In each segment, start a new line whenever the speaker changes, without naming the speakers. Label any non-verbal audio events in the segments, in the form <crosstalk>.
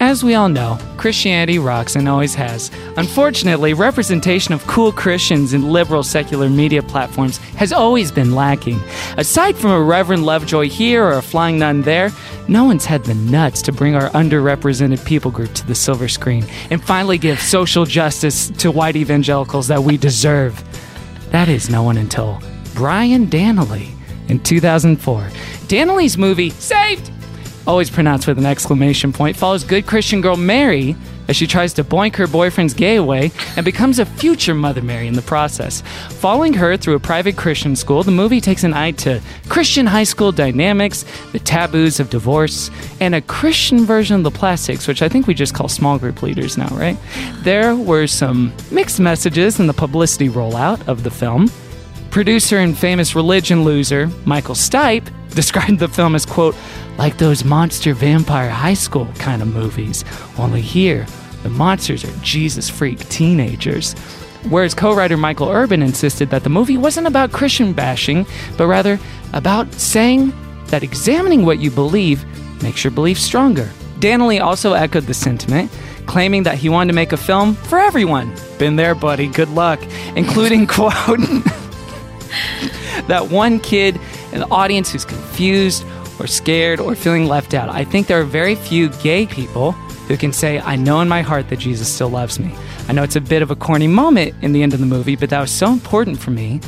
As we all know, Christianity rocks and always has. Unfortunately, representation of cool Christians in liberal secular media platforms has always been lacking. Aside from a Reverend Lovejoy here or a Flying Nun there, no one's had the nuts to bring our underrepresented people group to the silver screen and finally give social justice to white evangelicals that we deserve. That is no one until Brian Danley in 2004. Danley's movie, Saved! always pronounced with an exclamation point, follows good Christian girl Mary as she tries to boink her boyfriend's gay away and becomes a future Mother Mary in the process. Following her through a private Christian school, the movie takes an eye to Christian high school dynamics, the taboos of divorce, and a Christian version of the plastics, which I think we just call small group leaders now, right? There were some mixed messages in the publicity rollout of the film. Producer and famous religion loser Michael Stipe <laughs> described the film as, quote, like those monster vampire high school kind of movies, only here the monsters are Jesus freak teenagers. Whereas co writer Michael Urban insisted that the movie wasn't about Christian bashing, but rather about saying that examining what you believe makes your belief stronger. Danley also echoed the sentiment, claiming that he wanted to make a film for everyone. Been there, buddy, good luck. Including, <laughs> quote, that one kid in the audience who's confused or scared or feeling left out. I think there are very few gay people who can say, I know in my heart that Jesus still loves me. I know it's a bit of a corny moment in the end of the movie, but that was so important for me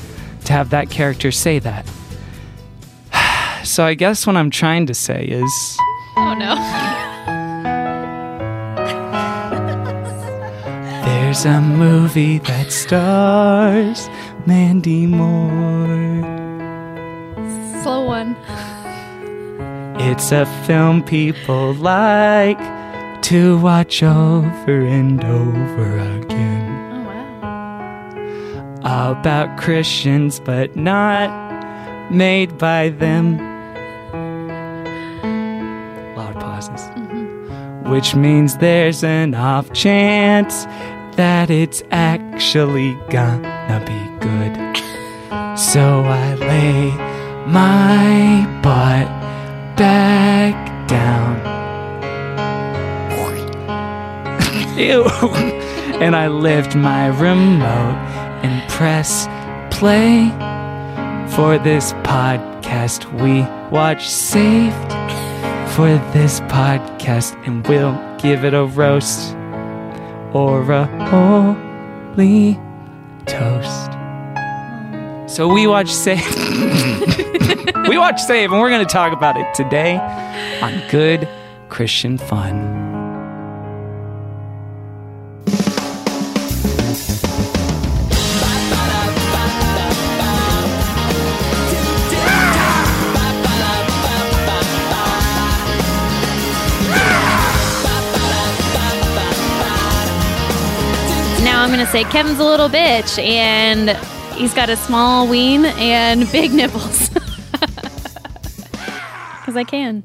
to have that character say that. <sighs> so I guess what I'm trying to say is.
Oh no.
There's a movie that stars Mandy Moore.
Slow one.
It's a film people like to watch over and over again.
Oh wow.
About Christians, but not made by them. Loud pauses. Which means there's an off chance that it's actually gonna be good. So I lay my butt back down. Ew. <laughs> and I lift my remote and press play for this podcast. We watch Saved for this podcast and we'll give it a roast or a holy toast. So we watch Save. <laughs> we watch Save, and we're going to talk about it today on Good Christian Fun.
Now I'm gonna say Kevin's a little bitch, and he's got a small ween and <laughs> big nipples. Because I can.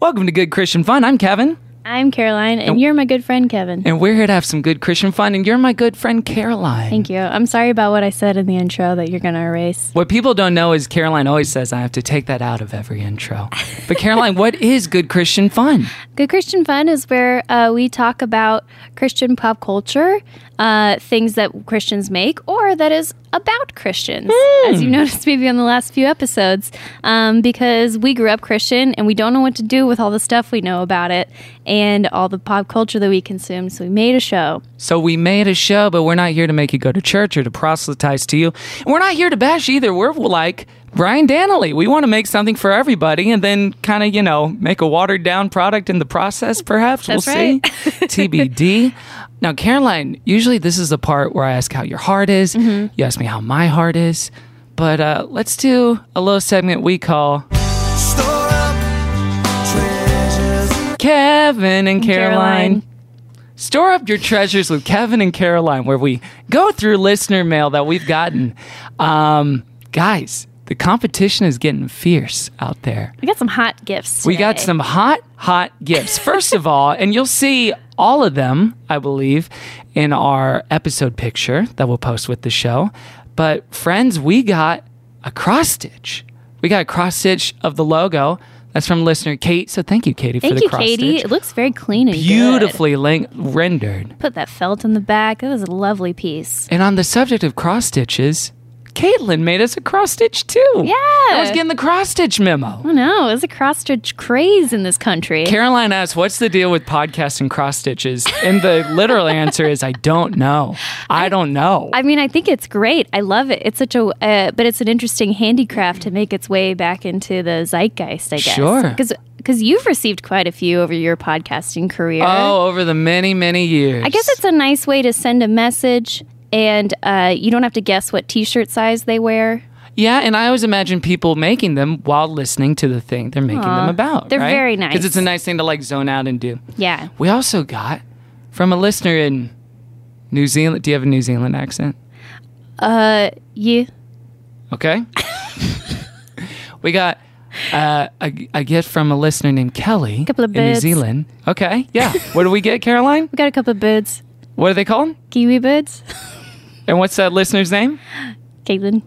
Welcome to Good Christian Fun. I'm Kevin,
I'm Caroline, and you're my good friend Kevin.
and we're here to have some good Christian fun, and you're my good friend Caroline.
Thank you. I'm sorry about what I said in the intro that you're gonna erase.
What people don't know is Caroline always says I have to take that out of every intro. But Caroline, what is good Christian fun?
Good Christian Fun is where uh, we talk about Christian pop culture, uh, things that Christians make or that is about Christians, as
Hmm.
you noticed maybe on the last few episodes, um, because we grew up Christian and we don't know what to do with all the stuff we know about it and all the pop culture that we consume. So we made a show.
So we made a show, but we're not here to make you go to church or to proselytize to you. And we're not here to bash either. We're like, Brian Danley, we want to make something for everybody and then kind of, you know, make a watered down product in the process, perhaps.
That's
we'll
right. <laughs>
see. <laughs> TBD. Now, Caroline, usually this is the part where I ask how your heart is.
Mm-hmm.
You ask me how my heart is. But uh, let's do a little segment we call
Store up treasures.
Kevin and Caroline.
Caroline.
Store up your treasures with Kevin and Caroline, where we go through listener mail that we've gotten. Um, guys, the competition is getting fierce out there.
We got some hot gifts.
We got
today.
some hot, hot gifts. First of all, and you'll see all of them, I believe, in our episode picture that we'll post with the show. But friends, we got a cross stitch. We got a cross stitch of the logo. That's from listener Kate. So thank you, Katie, for
Thank
the
you,
cross
Katie. It
stitch.
looks very clean and good.
Beautifully link- rendered.
Put that felt in the back. That was a lovely piece.
And on the subject of cross stitches, Caitlin made us a cross stitch too. Yeah. I was getting the cross stitch memo.
Oh no, it's a cross stitch craze in this country.
Caroline asks, "What's the deal with podcasts and cross stitches?" And
<laughs>
the literal answer is, "I don't know. I don't know."
I mean, I think it's great. I love it. It's such a, uh, but it's an interesting handicraft to make its way back into the zeitgeist. I guess.
Sure.
Because you've received quite a few over your podcasting career.
oh, over the many, many years.
I guess it's a nice way to send a message, and uh, you don't have to guess what T-shirt size they wear.
yeah, and I always imagine people making them while listening to the thing they're making them about.
they're very nice.
because it's a nice thing to like zone out and do.
Yeah.
We also got from a listener in New Zealand. Do you have a New Zealand accent?
Uh, you.
Okay. <laughs> we got uh, a, a gift from a listener named Kelly
Couple of
in New
birds.
Zealand. Okay, yeah. What do we get, Caroline?
<laughs> We got a couple of birds.
What do they call him?
Kiwi birds.
And what's that listener's name?
Caitlin.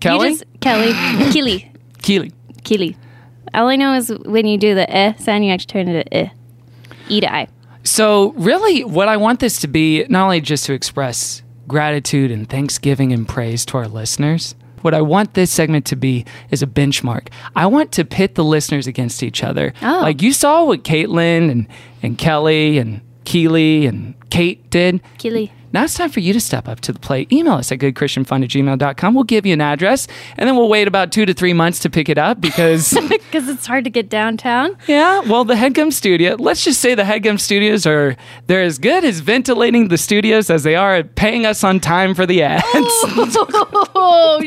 Kelly?
You just,
<gasps>
Kelly. Keely.
Keely.
Keely. All I know is when you do the eh sound, you actually turn it to eh. E to I.
So, really, what I want this to be not only just to express gratitude and thanksgiving and praise to our listeners, what I want this segment to be is a benchmark. I want to pit the listeners against each other.
Oh.
Like you saw what Caitlin and, and Kelly and Keely and Kate did.
Keely.
Now it's time for you to step up to the plate. Email us at goodchristianfun at gmail.com. We'll give you an address, and then we'll wait about two to three months to pick it up because,
<laughs> Because it's hard to get downtown.
yeah, well, the Headgum Studio, let's just say the Headgum Studios are, they're as good as ventilating the studios as they are at paying us on time for the ads.
Oh,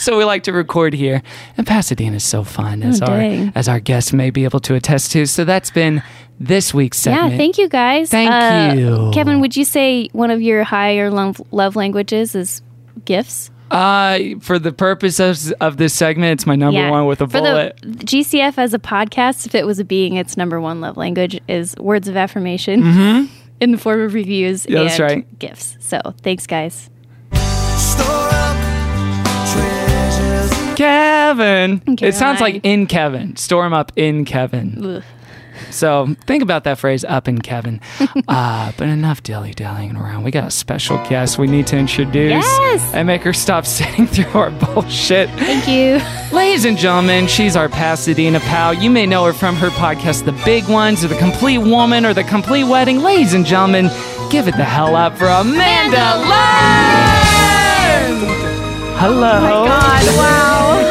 <laughs> so we like to record here. And Pasadena is so fun, as,
Oh,
our,
dang.
as our guests may be able to attest to. So that's been this week's
Yeah,
segment.
thank you guys. Uh,
Thank you.
Kevin, would you say one of your higher love, love languages is gifts?
Uh, for the purposes of this segment, it's my number one with a
For
bullet.
The GCF as a podcast, if it was a being, its number one love language is words of affirmation <laughs> in the form of reviews
Mm-hmm. Yeah,
and
that's right.
gifts. So thanks, guys.
Store up treasures.
Kevin. It sounds
Caroline.
like in Kevin. Storm up in Kevin.
Ugh.
So think about that phrase, up in
<laughs>
Kevin. uh, but enough dilly dallying around. We got a special guest we need to introduce
Yes.
and make her stop <laughs> sitting through our bullshit.
Thank you.
Ladies and gentlemen, she's our Pasadena pal. You may know her from her podcast, The Big Ones, or The Complete Woman, or The Complete Wedding. Ladies and gentlemen, give it the hell up for Amanda Land! Hello. Oh my God, wow. <laughs>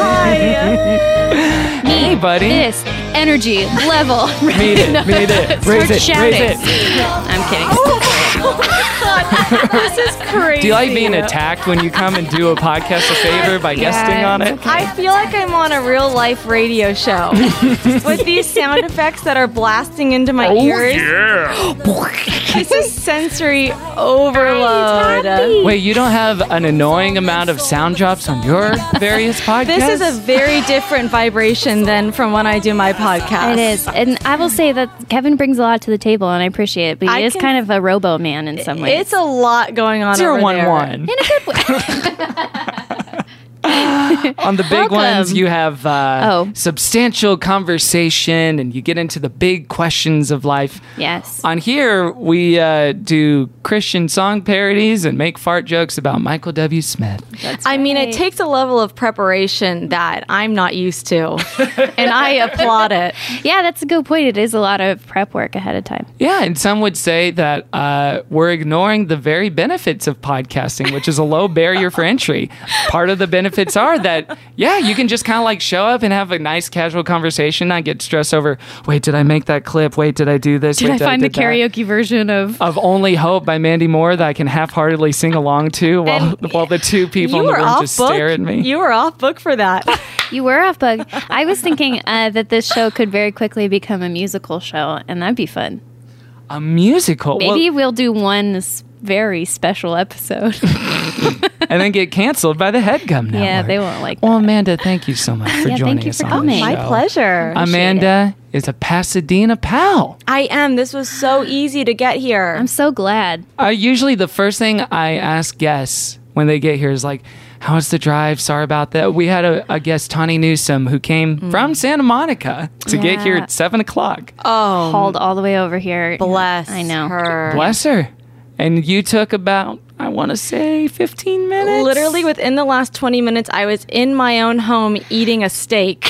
Hey, buddy.
This energy level.
<laughs> Meet it, meet it. Raise it,
shouting.
raise it.
I'm kidding.
Oh, Do you like being attacked when you come and do a podcast a favor by guesting on it?
I feel like I'm on a real life radio show with these sound effects that are blasting into my ears. this is sensory overload.
Wait, you don't have an annoying amount of sound drops on your various podcasts?
<laughs> This is a very different vibration than from when I do my podcast.
It is, and I will say that Kevin brings a lot to the table, and I appreciate it. But he
I
is
can-
kind of a robo man in some ways.
It's a lot going on.
Zero
over
one
there.
one.
in a good way.
On the big
Welcome.
ones, you have uh,
Oh.
substantial conversation and you get into the big questions of life.
yes.
On here, we uh, do Christian song parodies and make fart jokes about Michael W. Smith.
I mean, it takes a level of preparation that I'm not used to, and I applaud it.
Yeah, that's a good point. It is a lot of prep work ahead of time.
Yeah, and some would say that uh, we're ignoring the very benefits of podcasting, which is a low barrier for entry. Part of the benefits are are that yeah, you can just kind of like show up and have a nice casual conversation, not get stressed over. Wait, did I make that clip? Wait, did I do this?
Did
Wait,
I find the
did that?"
karaoke version of?
of "Only Hope" by Mandy Moore that I can half-heartedly sing along to while
And
while the two people
you
in the
were
room
off
just
book.
stare at me.
You were off book for that.
<laughs>
<laughs>
You were off book. I was thinking uh, that this show could very quickly become a musical show, and that'd be fun.
a musical, Well,
Maybe we'll do one this very special
<laughs>
episode.
and then get canceled by the Headgum Network.
yeah, they won't like.
Well, Amanda, thank you so much for
<laughs> Yeah, thank
joining
you
us
for
on this
coming. Oh,
show.
My
pleasure.
Amanda is a Pasadena pal.
I am. This was
<gasps>
so easy to get here.
I'm so glad.
I usually the first thing I ask guests when they get here is like, "How was the drive? Sorry about that." We had a, a guest, Tawny Newsom, who came from Santa Monica to get here
Mm. Yeah.
at seven o'clock.
hauled all the way over here.
Oh, Bless
I know.
her.
Bless her. And you took about, I want to say, 15 minutes.
Literally within the last 20 minutes, I was in my own home eating a steak.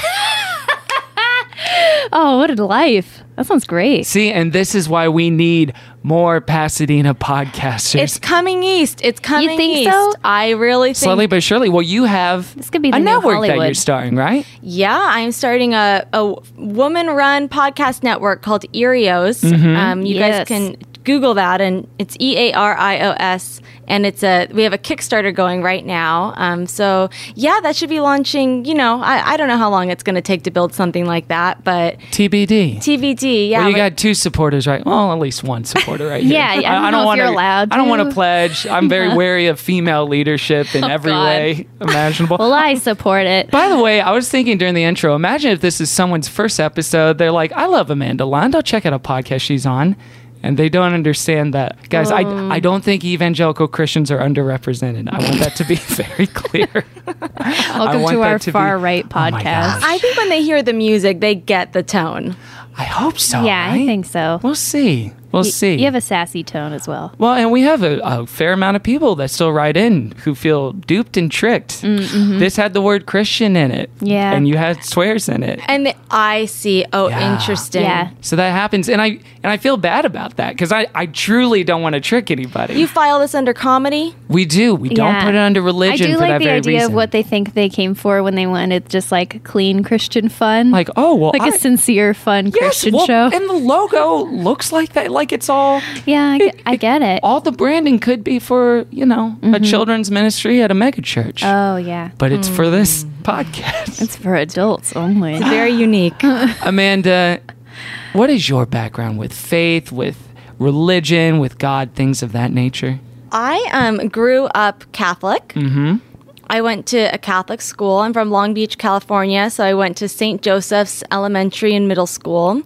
Oh, what a life! That sounds great.
See, and this is why we need more Pasadena podcasters.
It's coming east. It's coming
think
east.
so?
I really think.
Slowly but surely. Well, you have this
could be the
a
new
network that you're
Hollywood.
starting, right?
Yeah, I'm starting a, a woman run podcast network called Erios.
Mm-hmm.
Um, you guys
Yes.
can Google that, and it's E A R I O S. And it's a we have a Kickstarter going right now. Um, so yeah, that should be launching. You know, I, I don't know how long it's going to take to build something like that, but
TBD.
TBD. Yeah,
well, you
but-
got two supporters, right? Well, at least one supporter,
<laughs>
right?
Yeah,
here.
I don't know if
wanna-
you're allowed
I don't want to
to. Oh,
pledge. I'm very wary of female leadership
<laughs>
in every
God.
way imaginable.
Well, I support it.
By the way, I was thinking during the intro, imagine if this is someone's first episode. They're like, I love Amanda Land. I'll check out a podcast she's on. And they don't understand that. Guys,
Um.
I, I don't think evangelical Christians are underrepresented. I want that to be <laughs> very
<laughs>
clear. I
Welcome
want
to
that
our
to be-
far right
Oh my
podcast.
gosh.
I think when they hear the music, they get the tone.
I hope so.
yeah, I
right?
think so.
We'll see. We'll
You-
see.
You have a sassy tone as well.
well, and we have a, a fair amount of people that still write in who feel duped and tricked.
Mm, mm-hmm.
This had the word Christian in it.
Yeah.
And you had swears in it.
And the, I see. Oh,
Yeah.
<sighs> interesting.
Yeah.
So that happens, and I and I feel bad about that because I, I truly don't want to trick anybody.
You file this under comedy.
we do. We don't
Yeah.
put it under religion
I do
for that
like the
very
idea
reason.
of what they think they came for when they wanted just like clean Christian fun,
like oh well,
like
I,
a sincere fun
yes,
Christian
well,
show.
and the logo looks like that. Like it's all
yeah, I, get- I get it.
all the branding could be for you know a children's ministry at a megachurch,
mm-hmm. oh yeah,
but it's for this podcast.
it's for adults only.
Mm.
<laughs>
Very unique.
Amanda, what is your background with faith, with religion, with God, things of that nature?
I um, grew up Catholic. Mm-hmm. I went to a Catholic school. I'm from Long Beach, California, so I went to St. Joseph's Elementary and Middle School.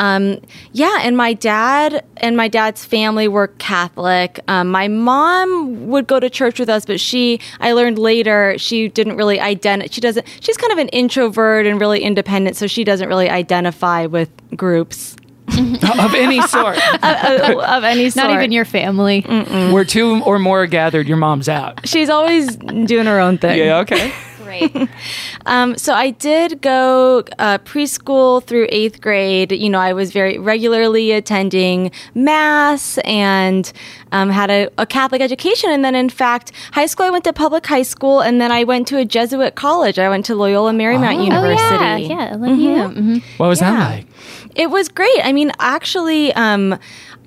Um, yeah, and my dad and my dad's family were Catholic. Um, my mom would go to church with us, but she, I learned later, she didn't really identify. She doesn't. She's kind of an introvert and really independent, so she doesn't really identify with groups
Mm.
<laughs> of
<laughs>
any sort.
of, <laughs> of any sort.
Not even your family.
Mm-hmm. Where two or more are gathered, your mom's out.
She's always doing her own thing.
Yeah,
<laughs>
okay.
Um, so I did go uh, preschool through eighth grade. You know, I was very regularly attending mass and um, had a, a Catholic education. And then, in fact, high school, I went to public high school, and then I went to a Jesuit college. I went to Loyola Marymount
Oh
University. Mm-hmm.
yeah, yeah, I love you. Mhm.
What was
Yeah.
that like?
It was great. I mean, actually, um,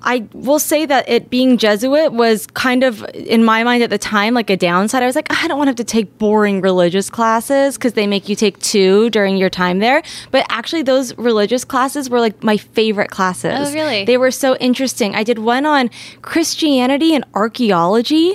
I will say that it being Jesuit was kind of, in my mind at the time, like a downside. I was like, "Ah, I don't want to have to take boring religious classes because they make you take two during your time there. But actually, those religious classes were like my favorite classes.
Oh, really?
They were so interesting. I did one on Christianity and archaeology.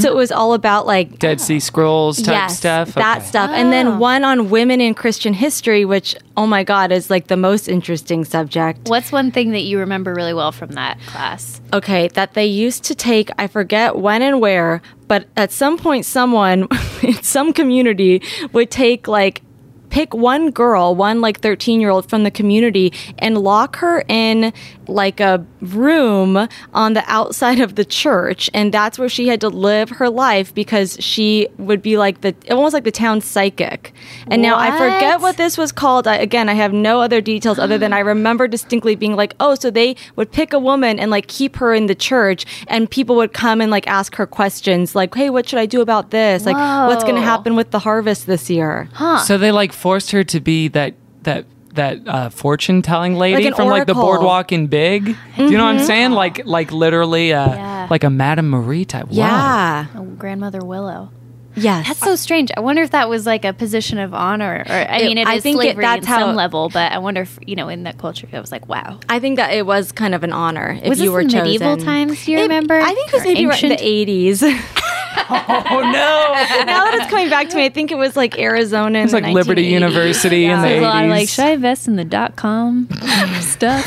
So it was all about like
Dead Sea Scrolls Mm-hmm. type stuff?
that
Okay.
stuff. And
Oh.
then one on women in Christian history, which, oh my God, is like the most interesting subject.
What's one thing that you remember really well from that class?
Okay, that they used to take, I forget when and where, <laughs> but at some point, someone in some community would take like pick one girl, one like 13 year old from the community, and lock her in like a room on the outside of the church. And that's where she had to live her life because she would be like the almost like the town psychic. And now I forget what this was called. I, again, I have no other details other than I remember distinctly being like, oh, so they would pick a woman and like keep her in the church, and people would come and like ask her questions like, hey, what should I do about this? Like, what's going to
Whoa.
happen with the harvest this year?
So they like forced her to be that that that uh, fortune telling lady
Like an
from like the
oracle. Mm-hmm.
boardwalk in Big. Do you know what I'm saying? Like like literally uh,
Yeah.
like a Madame Marie type. Wow.
Yeah.
Oh, Grandmother Willow.
Yes.
That's so strange. I wonder if that was like a position of honor, or I
It-
mean, it is
I think it-
slavery at
that's how-
some level, but I wonder if you know in that culture it was like,
<laughs>
wow,
I think that it was kind of an honor if
Was
you
this
were
in
chosen.
medieval times? Do you
It-
remember?
I think it was
Or
maybe right in
ancient?
the
<laughs>
eighties. now
Oh
<laughs>
no!
that it's coming back to me, I think it was like Arizona.
It's like Liberty University in the
There's a lot of,
80s.
like, should I invest in the dot com <laughs> stuff?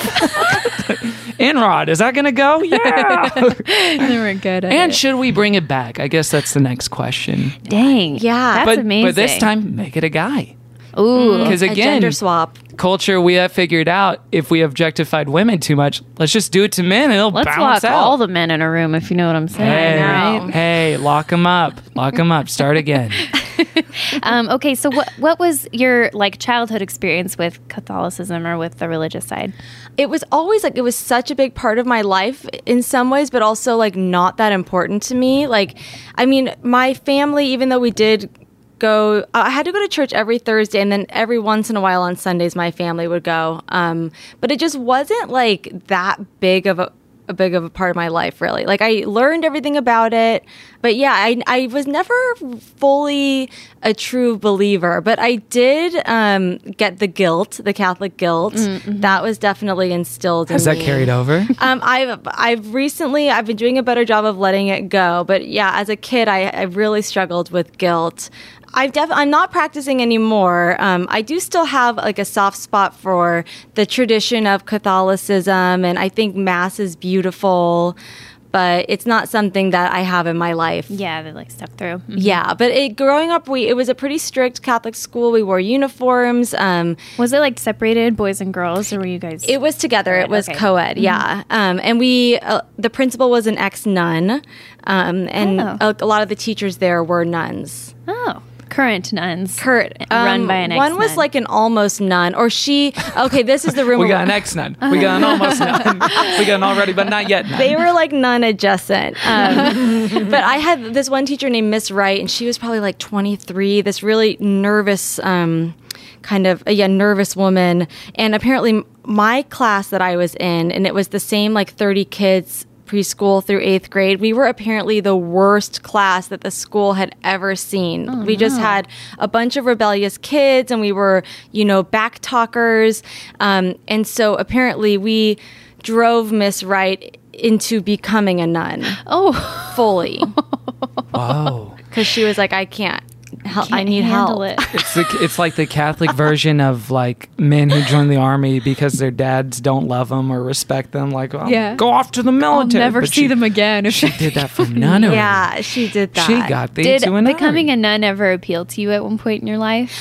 Enrod, is that gonna
<laughs>
go? Yeah.
and then we're good at
and
it.
should we bring it back? I guess that's the next question.
Dang.
Yeah.
That's
but
amazing.
but this time, make it a guy.
Ooh.
Because
A
again,
gender swap.
culture we have figured out if we objectified women too much, let's just do it to men and it'll
Let's
balance
lock
out.
all the men in a room if you know what I'm saying.
Hey,
right?
hey, lock them up. Lock them up. Start
<laughs>
again.
Um, okay, so what what was your like childhood experience with Catholicism or with the religious side?
It was always like it was such a big part of my life in some ways, but also like not that important to me. Like, I mean, my family, even though we did go, I had to go to church every Thursday, and then every once in a while on Sundays, my family would go. Um, but it just wasn't like that big of a a big of a part of my life really like i learned everything about it but yeah i, I was never fully a true believer but i did um, get the guilt the catholic guilt that was definitely instilled
Is
in
Mm, mm-hmm. that
me
carried
<laughs>
over?
<laughs> um, I've I've recently I've been doing a better job of letting it go, but yeah, as a kid, I, I really struggled with guilt. I've def- I'm not practicing anymore. Um, I do still have like a soft spot for the tradition of Catholicism, and I think Mass is beautiful, but it's not something that I have in my life.
Yeah, they like stuck through.
Yeah, but it, growing up, we it was a pretty strict Catholic school. We wore uniforms. Um,
Was it like separated boys and girls, or were you guys?
it was together. It was
okay. Mm-hmm.
co-ed, yeah. Um, and we, uh, the principal was an ex-nun, um, and
Oh.
a, a lot of the teachers there were nuns.
oh current nuns.
Kurt,
Run by an
One was
ex-nun.
like an almost nun, or she. Okay, this
<laughs>
is the rumor.
We got an ex nun. We got an almost nun. <laughs> We got an already, but not yet nun.
they were like nun adjacent. <laughs> Um, but I had this one teacher named Miss Wright, and she was probably like 23, this really nervous, um, kind of, yeah, nervous woman. And apparently, my class that I was in, and it was the same like 30 kids. Preschool through eighth grade, we were apparently the worst class that the school had ever seen.
Oh,
we just had a bunch of rebellious kids and we were, you know, back talkers. Um, and so apparently we drove Miss Wright into becoming a nun
Oh, <laughs>
fully
Whoa.
because she was like, I can't. Help, I need
handle
help.
it.
It's, the, it's like the Catholic version of like men who join the army because their dads don't love them or respect them. Like, well,
Yeah.
Oh, go off to the military.
never
But
see
she-
them again if
She
they-
did
<laughs>
that for nunnery.
Yeah, she did that.
She got thee
Did
to a nunnery.
becoming a nun ever appeal to you at one point in your life?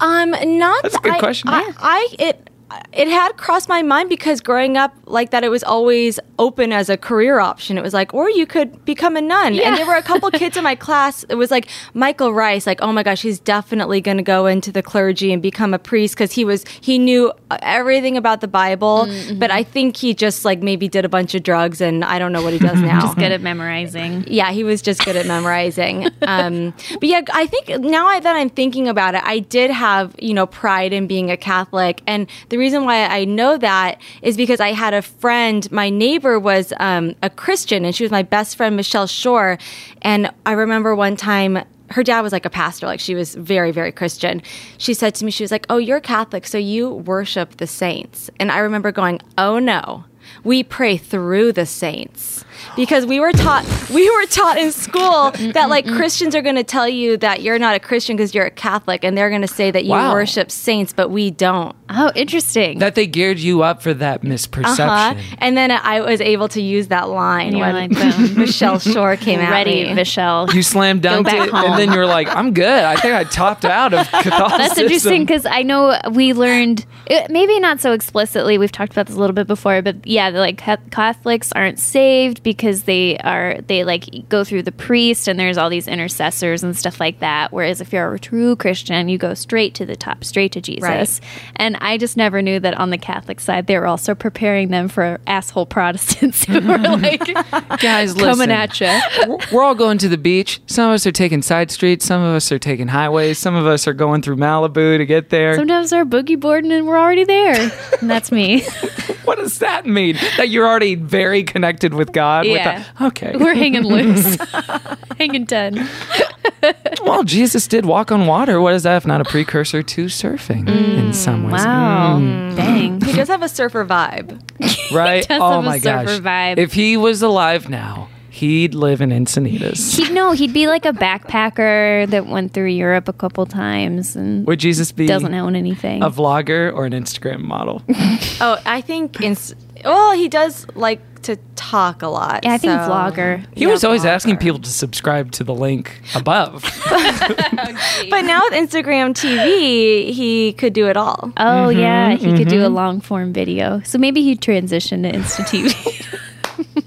Um, not.
That's a good
I-
question.
I, I it it had crossed my mind because growing up like that, it was always open as a career option. It was like, or you could become a nun. And there were a couple kids
<laughs>
in my class. It was like Michael Rice, like, oh my gosh, he's definitely going to go into the clergy and become a priest because he was he knew uh, everything about the Bible.
Mm-hmm.
But I think he just like maybe did a bunch of drugs, and I don't know what
<laughs>
he does now.
Good at memorizing.
Yeah, he was just good at memorizing. Um, but yeah, I think now I- that I'm thinking about it, I did have, you know, pride in being a Catholic. And the reason why I know that is because I had a friend, my neighbor was um, a Christian, and she was my best friend, Michelle Shore. And I remember one time, her dad was like a pastor, like she was very, very Christian. She said to me, she was like, Oh, you're Catholic, so you worship the saints. And I remember going, Oh no. we pray through the saints because we were taught <laughs> we were taught in
Mm,
school that like Christians are going to tell you that you're not a Christian because you're a Catholic and they're going to say that you
Wow.
worship saints but we don't.
Oh, interesting.
That they geared you up for that
Uh-huh.
misperception.
And then I was able to use that line
And you were
when <laughs>
like, boom.
Michelle Shore came at
Ready,
me.
Michelle.
You slam dunked
back
it, and then
home.
you're like, "I'm good. I think I topped out
<laughs>
of Catholicism."
That's interesting because I know we learned, it, maybe not so explicitly, we've talked about this a little bit before, but yeah, the, like Ca- Catholics aren't saved because they are, they like go through the priest and there's all these intercessors and stuff like that. Whereas if you're a true Christian, you go straight to the top, straight to Jesus.
Right.
And I just never knew that on the Catholic side, they were also preparing them for asshole Protestants
<laughs>
who were like
guys. listen.
coming at you.
We're- We're all going to the beach. Some of us are taking side streets. Some of us are taking highways. Some of us are going through Malibu to get there.
Sometimes they're boogie boarding and we're already there. And that's me. <laughs>
what does that mean? That you're already very connected with God?
Yeah.
With a, okay. <laughs>
We're hanging loose, <laughs> hanging ten.
well, Jesus did walk on water. What is that if not a precursor to surfing in some ways? Mm,
<laughs> Mm, Wow, Mm, dang!
He does have a surfer vibe.
Right?
does
oh
have a
my gosh.
surfer vibe.
If he was alive now, he'd live in Encinitas.
He'd no, he'd be like a backpacker that went through Europe a couple times and
Would Jesus be
doesn't own anything.
a vlogger or an Instagram model?
Oh, I think in well, he does like to talk a lot.
Yeah, I think
so-
vlogger.
He was always asking people to subscribe to the link above.
<laughs>
But now with Instagram TV, he could do it all.
Oh
Mm-hmm,
yeah, he could do a long form video. So maybe he'd transition to Insta
<laughs>
TV,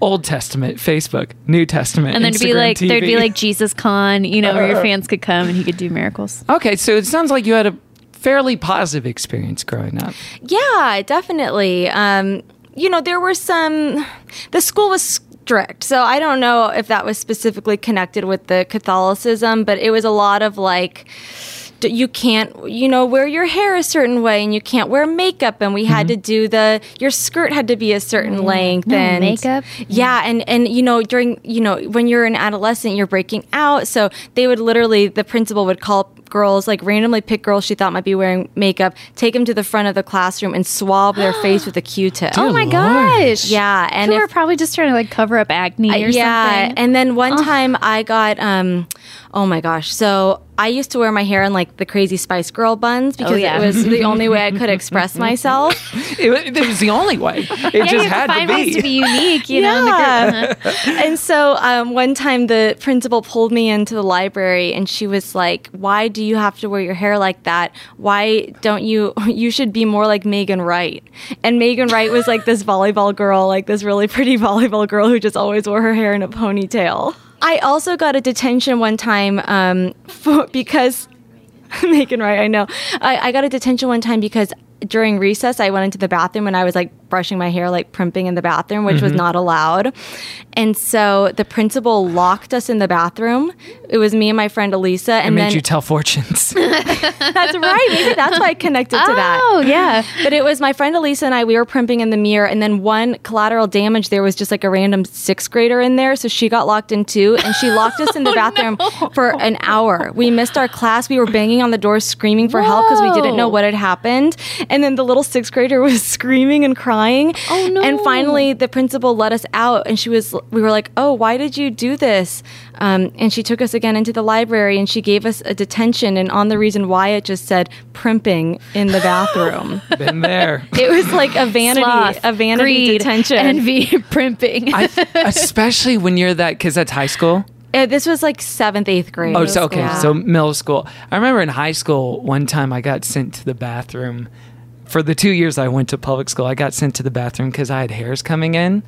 Old Testament, Facebook, New Testament,
<laughs> and there'd be
Instagram
like there'd be
TV.
like Jesus Con, you know, where
Uh.
your fans could come and he could do miracles.
Okay, so it sounds like you had a fairly positive experience growing up.
Yeah, definitely. Um, you know, there were some. The school was strict, so I don't know if that was specifically connected with the Catholicism, but it was a lot of like. d- You can't, you know, wear your hair a certain way, and you can't wear makeup. And we had to do the your skirt had to be a certain length. and
makeup?
yeah, and and you know during you know when you're an adolescent, you're breaking out. So they would literally the principal would call girls like randomly pick girls she thought might be wearing makeup, take them to the front of the classroom and swab
<gasps>
their face with a Q-tip.
Oh my
Lord.
gosh!
Yeah, and
who
if- Uh,
are probably just trying to like cover up acne or
yeah,
something.
and then one time I got um oh my gosh. So I used to wear my hair in like the crazy spice girl buns because
Oh, yeah.
it was
<laughs>
the only way I could express myself.
<laughs> It, wa- it was the only way.
<laughs>
It
yeah,
just
you
had
have to find
to be.
ways to be unique, you know. in the Uh-huh.
Yeah. and so um, one time the principal pulled me into the library and she was like, Why do you have to wear your hair like that? Why don't you? <laughs> You should be more like Megan Wright. And Megan Wright was like this volleyball girl, like this really pretty <laughs> volleyball girl who just always wore her hair in a ponytail. I also got a detention one time um, <laughs> for, because <laughs> Megan Wright, I know. I, I got a detention one time because during recess I went into the bathroom and I was like brushing my hair, like primping in the bathroom, which
Mm-hmm.
was not allowed. And so the principal locked us in the bathroom. It was me and my friend Elisa, and
Made
then
you tell
<laughs>
fortunes.
<laughs> that's right. Maybe that's why I connected to that.
Oh yeah.
But it was my friend Elisa and I, we were primping in the mirror, and then one collateral damage, there was just like a random sixth grader in there. So she got locked in too, and she locked us
<laughs> Oh,
in the bathroom for an hour. We missed our class. We were banging on the door, screaming for help because we didn't know
Whoa.
what had happened. And then the little sixth grader <laughs> was screaming and crying.
Oh, no.
And finally, the principal let us out, and she was, we were like, oh, why did you do this? Um, and she took us again into the library and she gave us a detention. And on the reason why, it just said primping in the
<laughs>
bathroom.
Been there.
It was like a vanity,
Sloth,
a vanity
greed,
detention.
envy, <laughs> primping.
I, especially when you're that, because that's high school.
Uh, this was like seventh, eighth grade.
Oh, so okay.
Yeah.
So middle school. I remember in high school one time I got sent to the bathroom. For the two years I went to public school, I got sent to the bathroom because I had hairs coming
<gasps>
in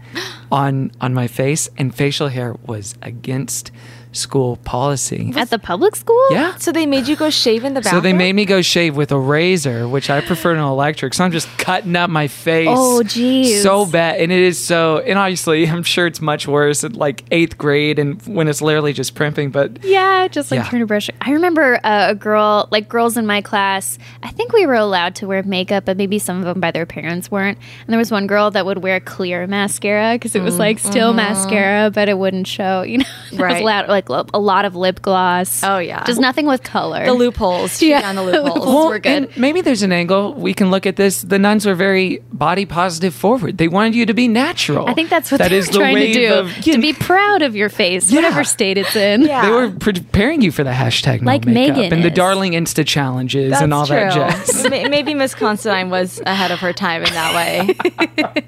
on on my face, and facial hair was against school policy.
At the public school?
Yeah.
So they made you go shave in the
So
bathroom.
they made me go shave with a razor, which I prefer an electric. So I'm just cutting up my face.
Oh, geez.
So bad. And it is so, and obviously, <laughs> I'm sure it's much worse at like eighth grade and when it's literally just primping, but
Yeah, just like
Yeah.
trying to brush. I remember uh, a girl, like girls in my class. I think we were allowed to wear makeup, but maybe some of them by their parents weren't. And there was one girl that would
Mm,
wear clear mascara because it was like still mascara, but it wouldn't show. <laughs> You know, that was
mm-hmm. Right.
loud, like metallic lip, a lot of lip gloss.
Oh, yeah.
just nothing with color.
The loopholes. She
Yeah.
found
<laughs>
the <laughs> loopholes. We're good.
and maybe there's an angle we can look at this. The nuns were very body positive forward. They wanted you to be natural.
I think that's what
That
they're
is the
trying to
wave
do
of-
to be proud of your face,
Yeah.
whatever state it's in.
Yeah.
They were preparing you for the hashtag no
Like
makeup
Megan
and the
is.
darling Insta challenges and all that jazz. <laughs>
Ma- Maybe Miss Constantine was ahead of her time in that way.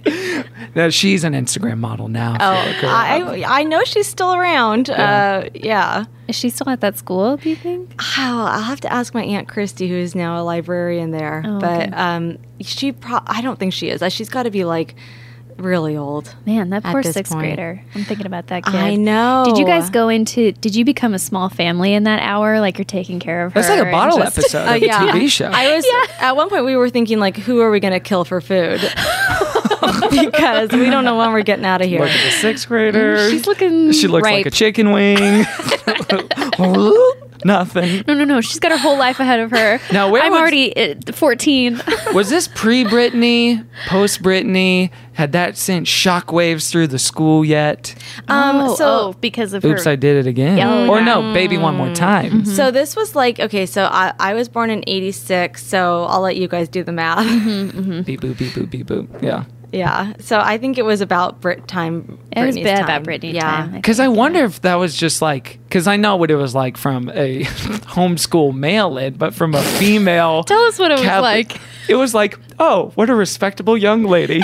now she's an Instagram model now.
Oh,
for- for-
I, I know she's still around. Uh, yeah.
Is she still at that school? Do you think?
Oh, I'll have to ask my aunt Christy, who is now a librarian there.
Oh,
but um, she, pro- I don't think she is. Uh, She's got to be like really old.
Man, that
At
poor
this
sixth
point.
grader. I'm thinking about that kid.
I know.
Did you guys go into? Did you become a small family in that hour? Like you're taking care of her.
That's like a
and
bottle
just- Oh,
episode
<laughs>
of a
<laughs>
TV show.
Uh, I was at one point we were thinking like, who are we going to kill for food? <laughs> because we don't know when we're getting out of here.
Look at the sixth grader.
She's looking.
She looks like
ripe.
a chicken
<laughs>
wing. <laughs> Nothing.
No, no, no. She's got her whole life ahead of her.
Now, where
I'm
was-
already uh, <laughs> 14.
Was this pre Britney, post Britney? Had that sent shockwaves through the school yet?
Um,
oh,
so-
oh, Mm. because of
Oops,
her.
I did it again.
Oh,
or
yeah. Mm-hmm.
no, baby, one more time.
So this was like okay. So I, I was born in '86. So I'll let you guys do the math. <laughs>
Mm-hmm,
Beep boop, beep boop, beep boop. Yeah.
Yeah. So I think it was about Brit time.
it was
Britney's
bad
time.
about Britney
Yeah.
time.
Because I wonder if that was just like, because I know what it was like from a <laughs> homeschool male in, but from a female.
Tell us what it was
Catholic-
like.
It was like, oh, what a respectable young lady.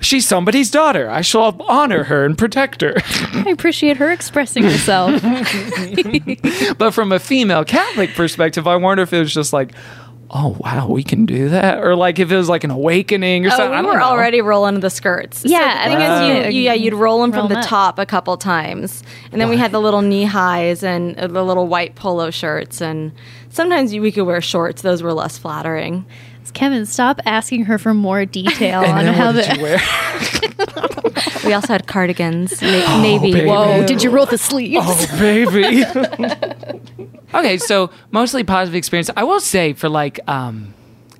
She's somebody's daughter. I shall honor her and protect her. <laughs>
I appreciate her expressing herself. <laughs>
but from a female Catholic perspective, I wonder if it was just like, oh, wow, we can do that. Or like if it was like an awakening or
Oh,
something. I
we
don't
were
know.
already rolling the skirts. So
Yeah,
the thing
I
is,
think
you,
so.
you- yeah, you'd roll them
Roll
from
'em
the
up.
top a couple times, and then we had the little knee highs and uh, the little white polo shirts, and sometimes you- we could wear shorts. Those were less flattering.
Kevin, stop asking her for more detail on
And
how
what did you
the. <laughs>
wear?
We also had cardigans, na- navy.
Oh, baby. Whoa.
did you roll the sleeves?
<laughs> Oh,
<laughs>
baby. <laughs> okay, so mostly positive experience. I will say for like, um,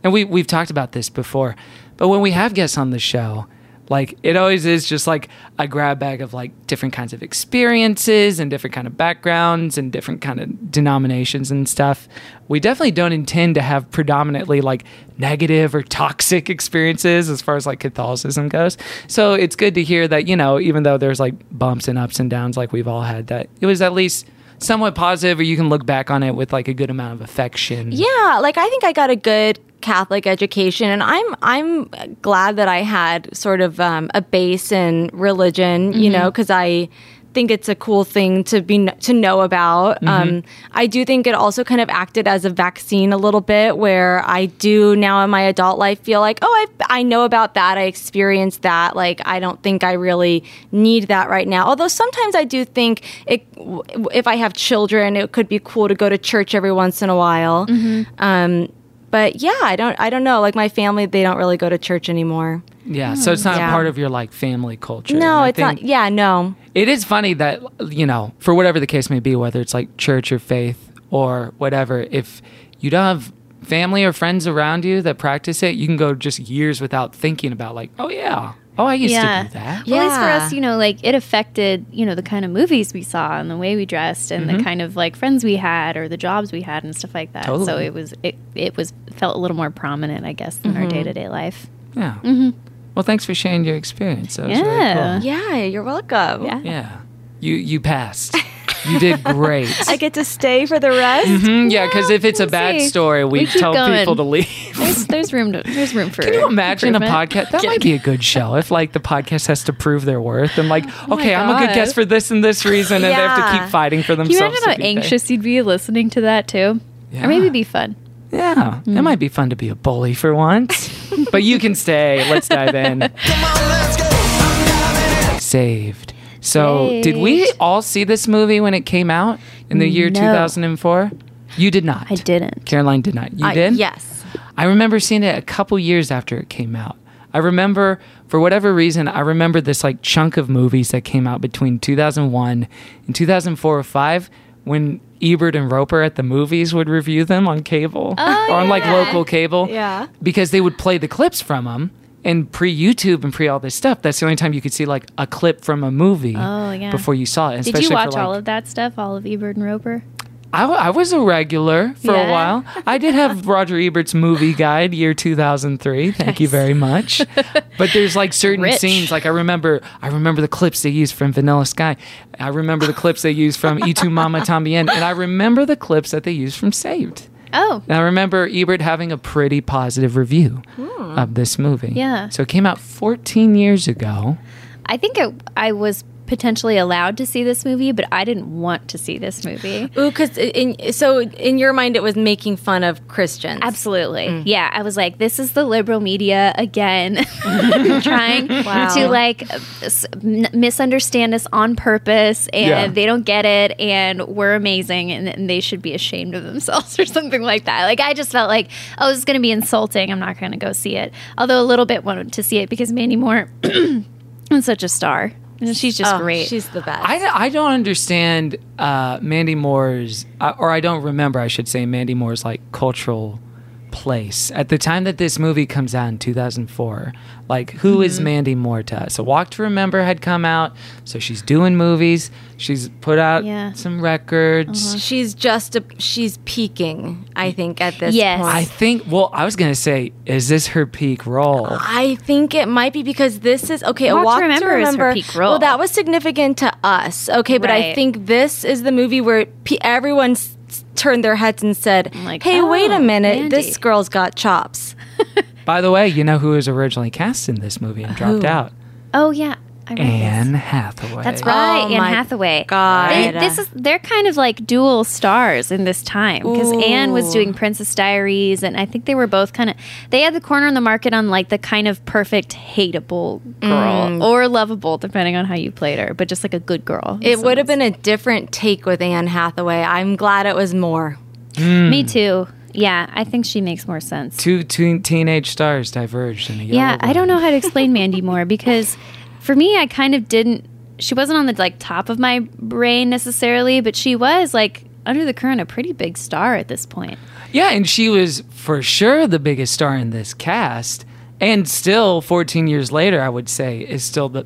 and we we've talked about this before, but when we have guests on the show, like it always is just like a grab bag of like different kinds of experiences and different kind of backgrounds and different kind of denominations and stuff. We definitely don't intend to have predominantly like negative or toxic <laughs> experiences as far as like Catholicism goes. So it's good to hear that, you know, even though there's like bumps and ups and downs like we've all had that it was at least somewhat positive or you can look back on it with like a good amount of affection.
Yeah, like I think I got a good Catholic education, and I'm I'm glad that I had sort of um, a base in religion, you know, because I think it's a cool thing to be to know about. Um, I do think it also kind of acted as a vaccine a little bit, where I do now in my adult life feel like, oh, I I know about that, I experienced that. Like I don't think I really need that right now. Although sometimes I do think it, if I have children, it could be cool to go to church every once in a while.
Mm-hmm.
Um, but yeah, I don't I don't know. Like my family, they don't really go to church anymore.
Yeah, so it's not
Yeah.
part of your like family culture.
No,
And I
it's not.
think
Yeah, no.
It is funny that you know, for whatever the case may be, whether it's like church or faith or whatever, if you don't have family or friends around you that practice it, you can go just years without thinking about like, oh yeah, oh I used
Yeah.
to do that.
Well, At least for
Yeah.
us, you know, like it affected, you know, the kind of movies we saw and the way we dressed and
Mm-hmm.
the kind of like friends we had or the jobs we had and stuff like that. So
Totally.
it was it, it was felt a little more prominent, I guess, than
Mm-hmm.
our day to day life.
Yeah. Well, thanks for sharing your experience. That was really
Mm-hmm. Yeah.
cool.
Yeah, you're welcome.
Yeah.
Yeah, you you passed. you did
<laughs>
great.
I get to stay for the rest.
Mm, yeah, because if it's a bad
see.
story, we,
We keep
tell
going.
people to leave.
There's, there's room to, there's room for.
Can you imagine a
improvement.
podcast?
<laughs>
That might be a good show if like the podcast has to prove their worth and like, okay, I'm a good
God.
guest for this and this reason, and they have to
Yeah.
keep fighting for
Can you
themselves.
imagine how
to be there.
anxious you'd be listening to that too?
Yeah.
Or maybe be fun.
Yeah, it might be fun to be a bully for once. but you can stay. Let's dive in.
Come on, let's go. I'm diving in.
Saved. So, Oh, did we all see this movie when it came out in the year
No.
2004? You did not.
I didn't.
Caroline did not. You
I-
did?
yes.
I remember seeing it a couple years after it came out. I remember, for whatever reason, I remember this like chunk of movies that came out between 2001 and 2004 or 5 when Ebert and Roper at the movies would review them on cable or on like local cable.
Oh, Yeah.
Because they would play the clips from them and pre YouTube and pre all this stuff, that's the only time you could see like a clip from a movie
Oh, yeah.
before you saw it.
Did you
especially
watch
for,
all
like-
of that stuff? All of Ebert and Roper?
I, w- I was a regular for a
Yeah.
while. I did
<laughs>
have Roger Ebert's movie guide, year 2003. Thank you very
<laughs>
much. But there's like certain
Rich.
scenes, like I remember, I remember the clips they used from Vanilla Sky. I remember the clips they used from E2
<laughs>
Mama Tambien, and I remember the clips that they used from Saved.
Oh,
And I remember Ebert having a pretty positive review
Hmm.
of this movie.
Yeah.
So it came out 14 years ago.
I think it, I was potentially allowed to see this movie, but I didn't want to see this movie.
Ooh, because in, so in your mind it was making fun of Christians. Mm.
Absolutely. Yeah. I was like, this is the liberal media again, <laughs>
<laughs>
trying to like s- n- misunderstand us on purpose and
Yeah.
they don't get it and we're amazing and, and they should be ashamed of themselves <laughs> or something like that. Like, I just felt like, oh, this is going to be insulting. I'm not going to go see it. Although a little bit wanted to see it because Mandy Moore <clears throat> is such a star. And She's just
Oh,
great.
She's the best.
I, I don't understand uh, Mandy Moore's, uh, or I don't remember, I should say, Mandy Moore's like cultural place. At the time that this movie comes out in 2004, like who
Mm-hmm.
is Mandy Moore to us? A Walk to Remember had come out, so she's doing movies. She's put out
Yeah.
some records.
Uh-huh.
she's just a, she's peaking. I think at this
Yes.
point.
I think, well, I was going to say, is this her peak role?
I think it might be because this is okay.
Walk
a
to
walk
Remember is her peak role.
Well, that was significant to us. Okay, but I
Right.
think this is the movie where pe- everyone s- s- turned their heads and said,
like,
"Hey, wait
oh,
a minute,
Mandy."
this girl's got chops."
By the way, you know who was originally cast in this movie
Uh,
and dropped out?
oh, yeah. I remember this.
Anne Hathaway.
That's right,
Oh
Anne
my
Hathaway.
God.
They- this is they're kind of like dual stars in this time because Anne was doing Princess Diaries, and I think they were both kind of they had the corner on the market on like the kind of perfect hateable girl
Mm.
or lovable, depending on how you played her, but just like a good girl.
It would have been a different take with Anne Hathaway. I'm glad it was more.
Hmm.
me too. Yeah, I think she makes more sense.
Two teen teenage stars diverged in a yellow
Yeah, I
room.
don't know how to explain
<laughs>
Mandy Moore because for me, I kind of didn't. She wasn't on the like top of my brain necessarily, but she was like under the current a pretty big star at this point.
Yeah, and she was for sure the biggest star in this cast. And still, 14 years later, I would say, is still the.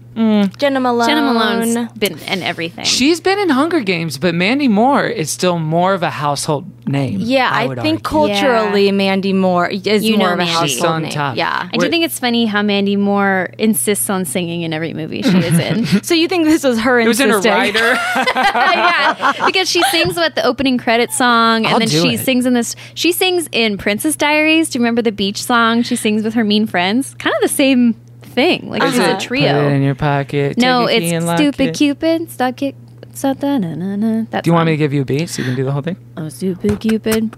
Jenna Malone.
Jenna Malone's been in everything.
She's been in Hunger Games, but Mandy Moore is still more of a household name.
Yeah, I,
would
think
argue.
culturally, Mandy Moore is
You
more of
know
a
Mandy.
household
She's
on
name.
top.
Yeah.
I do think it's funny how Mandy Moore insists on singing in every movie she is
<laughs>
<laughs> in.
So you think this was her?
It was in a
<laughs>
writer.
yeah, because she sings what the opening credit song, and
I'll
then
do
she
it.
sings in this. She sings in Princess Diaries. Do you remember the beach song she sings with her mean friends? Kind of the same thing. Like it's
Uh-huh.
a
Uh-huh. Put it in
trio.
your pocket.
No,
take a key
it's
and lock
stupid
it.
Cupid. Stop it. Stop that. na, na, na. That
Do you want me to
song.
give you a beat so you can do the whole thing?
Oh, stupid Cupid.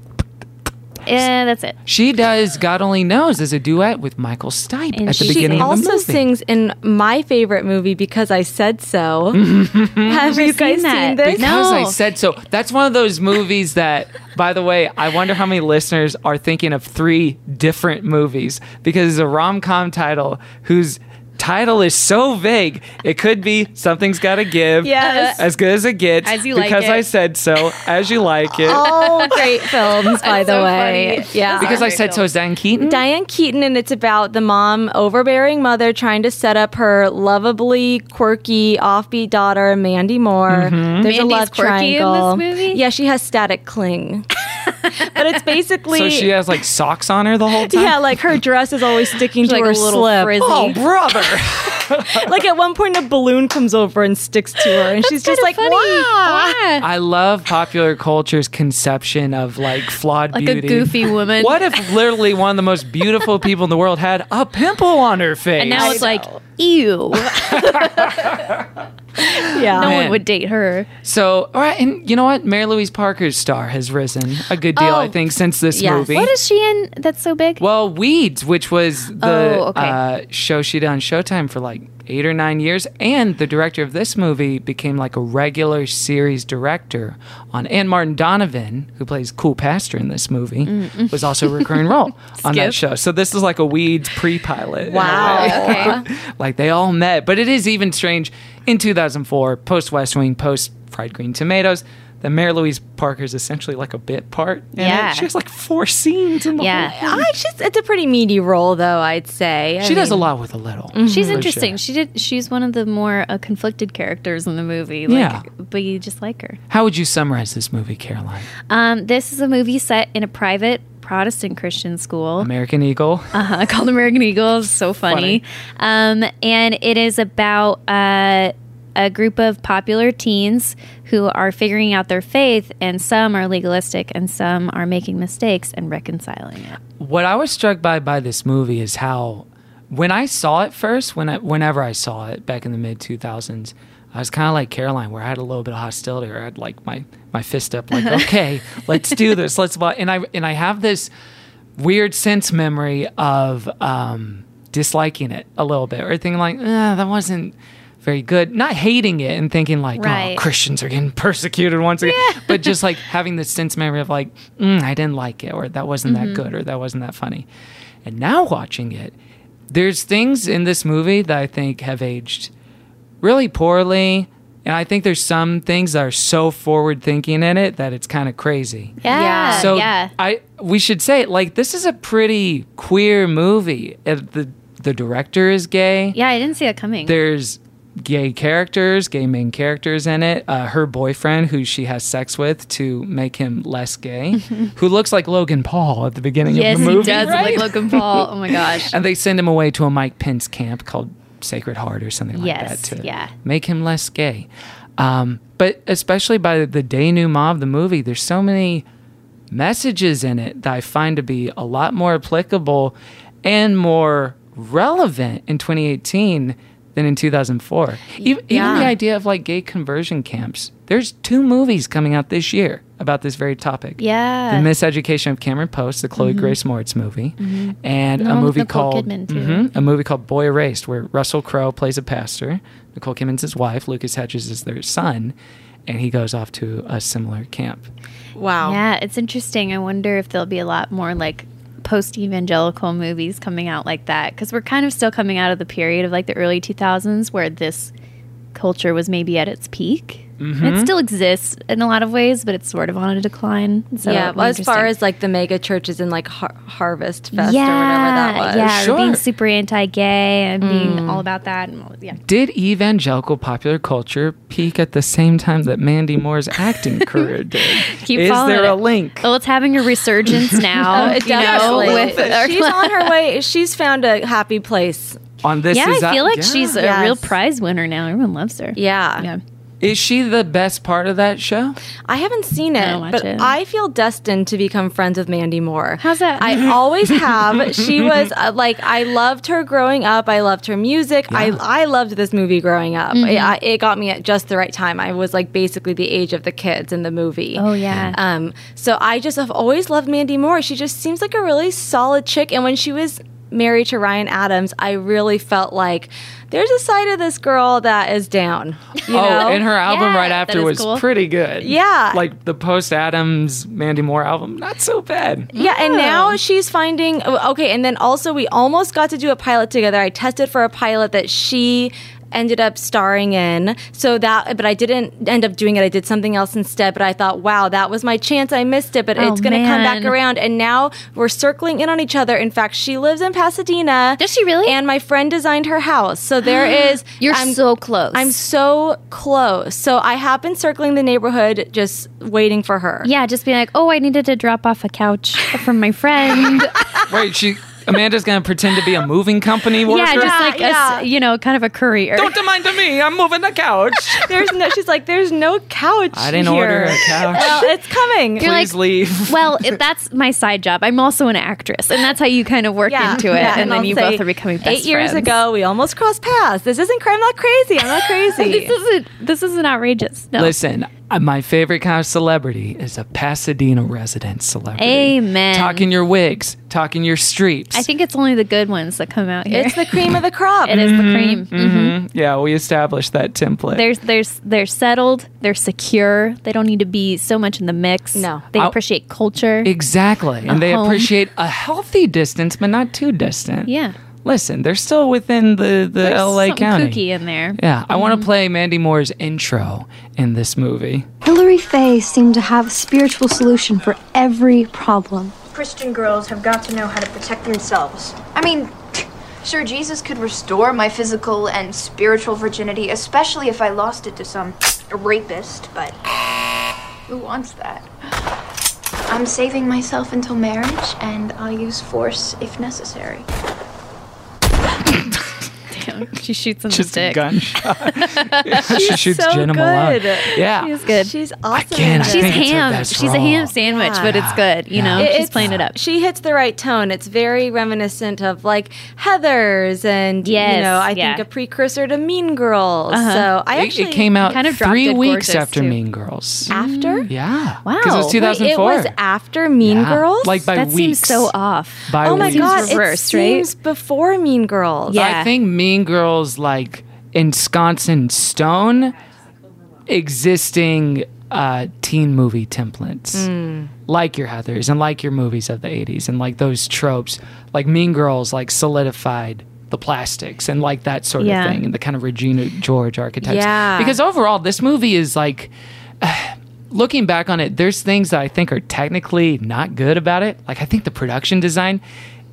Yeah, that's it.
She does God Only Knows as a duet with Michael Stipe
And
at the
she
beginning of the
also
movie.
sings in my favorite movie because I said
<laughs>
so. Mm-hmm. Have you guys
seen
seen
that.
this?
Because I
No.
said so. That's one of those movies that, by the way, I wonder how many listeners are thinking of three different movies because it's a rom com title whose title is so vague. It could be Something's Gotta Give.
Yes.
As good as it gets.
As You Like
Because
It.
I said so. As you like it.
All
<laughs>
great films, by the
so
way.
funny.
Yeah.
because I said so is Dan Keaton.
Diane Keaton, and it's about the mom, overbearing mother, trying to set up her lovably, quirky, offbeat daughter, Mandy Moore. There's a
Mm-hmm. Mandy's
love
quirky in this
triangle.
movie?
Yeah, she has static cling, but it's
<laughs>
basically
so she has like socks on her the whole time.
<laughs> yeah, like her dress is always sticking to
Like a
her
little
slip.
frizzy.
Oh, brother.
<laughs> Like at one point, a balloon comes over and sticks to her, and she's just like,
funny.
"Wow."
Yeah.
I love popular culture's conception of like flawed
Like
beauty.
a goofy woman.
What if literally one of the most beautiful people in the world had a pimple on her face?
And now it's
<laughs>
like, ew. <laughs>
Yeah.
No
Man.
one would date her.
so, all right, and you know what? Mary Louise Parker's star has risen a good deal, I
Oh,
think, since this
yes.
movie.
What is she in that's so big?
well, Weeds, which was the
Oh, okay.
uh, show she did on Showtime for like eight or nine years, and the director of this movie became like a regular series director on. And Martin Donovan, who plays Cool Pastor in this movie, was also a recurring role on that show. So this is like a Weeds pre-pilot. in a way.
okay.
<laughs> like they all met. But it is even strange in 2004, post West Wing, post Fried Green Tomatoes. that Mary Louise Parker is essentially like a bit part. in it.
Yeah.
she has like four scenes in the
Yeah.
whole-
I just, it's a pretty meaty role, though, I'd say. I
She does a
mean,
lot with a little.
She's
Mm-hmm. for
interesting.
sure.
She did. She's one of the more uh, conflicted characters in the movie. Like,
Yeah.
but you just like her.
How would you summarize this movie, Caroline?
Um, this is a movie set in a private Protestant Christian school
American Eagle.
uh, <laughs> called American Eagle. It's so funny. Um, and it is about uh, a group of popular teens who are figuring out their faith, and some are legalistic, and some are making mistakes and reconciling it.
what I was struck by by this movie is how when I saw it first, when I, whenever I saw it back in the mid 2000s, I was kind of like Caroline, where I had a little bit of hostility, or I had like my my fist up, like okay, let's do this, let's. wa-" And I and I have this weird sense memory of um, disliking it a little bit, or thinking like, "Ah, that wasn't very good. Not hating it and thinking like, oh,
Right.
Christians are getting <laughs> persecuted once again, but just like having this sense memory of like, mm, I didn't like it, or that wasn't
Mm-hmm.
that good, or that wasn't that funny. And now watching it, there's things in this movie that I think have aged really poorly. And I think there's some things that are so forward thinking in it that it's kind of crazy.
Yeah.
Yeah.
So
yeah.
I we should say it like this is a pretty queer movie. If the the director is gay.
Yeah, I didn't see that coming.
There's gay characters, gay main characters in it. Uh, her boyfriend, who she has sex with to make him less gay,
<laughs>
who looks like Logan Paul at the beginning
yes,
of the movie.
he does look
right?
like Logan Paul.
<laughs>
Oh my gosh.
and they send him away to a Mike Pence camp called Sacred Heart or something like
Yes,
that to
yeah.
make him less gay. Um, but especially by the denouement of the movie, there's so many messages in it that I find to be a lot more applicable and more relevant in 2018 than in 2004. Even, E-, even the idea of like gay conversion camps. There's two movies coming out this year about this very topic.
Yeah. Mm-hmm.
The Miseducation of Cameron Post, the Chloe Grace Moritz movie, and a
one with
movie
Mm-hmm. Oh, Nicole
called
Kidman, too.
Mhm, a movie called Boy Erased, where Russell Crowe plays a pastor, Nicole Kidman's his wife, Lucas Hedges is their son, and he goes off to a similar camp.
Wow.
Yeah, it's interesting. I wonder if there'll be a lot more like post evangelical movies coming out like that because we're kind of still coming out of the period of like the early 2000s where this culture was maybe at its peak. It
Mm-hmm.
still exists in a lot of ways, but it's sort of on a decline. So
yeah,
it'll be
well, as far
interesting.
as like the mega churches and like har- Harvest Fest
yeah,
or whatever that was. Mm.
yeah, or being
Sure.
super anti-gay and being all about that, and all, yeah,
Did evangelical popular culture peak at the same time that Mandy Moore's
<laughs>
acting career did?
Keep
is
following
there a
it.
link?
Well, it's having a
<laughs>
resurgence now.
It
you know,
Oh, definitely.
with our-
she's on <laughs> her way. She's found a happy place.
On this
yeah,
is
I
Us-
feel like
Yeah.
she's a
Yes.
real prize winner now. Everyone loves her.
Yeah.
yeah.
Is she the best part of that show?
I haven't seen it,
No, watch
but
it.
I feel destined to become friends with Mandy Moore.
How's that? <laughs>
I always have. She was uh, like, I loved her growing up. I loved her music. I I loved this movie growing up.
Mm-hmm.
It, I, it got me at just the right time. I was like basically the age of the kids in the movie.
Oh, yeah.
Um. So I just have always loved Mandy Moore. She just seems like a really solid chick. And when she was married to Ryan Adams, I really felt like. There's a side of this girl that is down. You
oh,
know?
and her album
Yeah,
right
that
after
is
was
cool.
pretty good.
Yeah.
Like the post Adams Mandy Moore album, not so
<laughs>
bad.
Yeah, and now she's finding oh, okay, and then also we almost got to do a pilot together. I tested for a pilot that she ended up starring in. So that but I didn't end up doing it. I did something else instead, but I thought, "Wow, that was my chance. I missed it, but
Oh,
it's going to come back
man.
around." And now we're circling in on each other. In fact, she lives in Pasadena.
Does she really?
And my friend designed her house. So
<gasps>
there is
You're
I'm-
so close.
I'm so close. So I have been circling the neighborhood just waiting for her.
yeah, just being like, oh, I needed to drop off a couch from
<laughs>
my friend.
Wait, she Amanda's gonna pretend to be a moving company worker.
yeah, just like a s-
yeah.
you know, kind of a courier.
Don't mind me. I'm moving the
<laughs>
couch.
There's no. She's like, there's no couch.
I didn't
here.
order a couch. <laughs>
Well, it's coming.
You're
Please
like,
leave.
<laughs> well, if that's my side job. I'm also an actress, and that's how you kind of work into it, and, then
I'll
you
say,
both are becoming best
Eight years
friends.
ago, we almost crossed paths. This isn't cra- I'm not crazy.
<laughs>
I'm not crazy.
This isn't this isn't outrageous. No.
Listen, uh, my favorite kind of celebrity is a Pasadena resident celebrity.
Amen.
Talking your wigs, talking your streets.
I think it's only the good ones that come out here.
it's the cream of the crop.
It is the
Mm-hmm.
cream. Mhm.
yeah, we established that template.
They're, they're, they're settled. They're secure. They don't need to be so much in the mix.
No.
They
I'll-
appreciate culture.
exactly. And they
home.
appreciate a healthy distance, but not too distant.
yeah.
listen, they're still within the, the
There's
LA
something
County.
kooky in there. Mm-hmm.
Yeah, I want to play Mandy Moore's intro in this movie.
Hillary Faye seemed to have a spiritual solution for every problem.
Christian girls have got to know how to protect themselves.
I mean, sure, Jesus could restore my physical and spiritual virginity, especially if I lost it to some rapist, but who wants that? <gasps> I'm saving myself until marriage, and I'll use force if necessary.
<laughs>
<laughs>
She shoots him in the
Just a
dick.
gunshot. she shoots
so
Jenna Malone.
good.
Yeah.
She's good.
She's awesome.
Again, I
in
She's
think it's her
ham.
best
She's a ham
role.
sandwich,
Yeah.
but it's good. You know,
It-
she's
it's-
playing it up.
She hits the right tone. It's very reminiscent of like Heather's and
Yes,
you know, I
yeah. Uh-huh.
think a precursor to Mean Girls. So I
It,
actually
it came out
kind of dropped
three
Dead
weeks
Gorgeous,
after
too.
Mean Girls.
after.
Yeah.
Wow.
Because it
Wait,
was
it
2004.
Wait, it was after Mean
Yeah.
Girls.
Like by
that
weeks.
seems so off.
By
oh my
weeks.
god,
reversed,
it
right?
seems before Mean Girls.
Yeah.
I think Mean Girls like ensconce in stone existing uh, teen movie templates. Like your Heathers and like your movies of the 80s and like those tropes. Like Mean Girls like solidified the plastics and like that sort
Yeah.
of thing and the kind of Regina George archetypes.
Yeah.
Because overall this movie is like looking back on it, there's things that I think are technically not good about it. Like I think the production design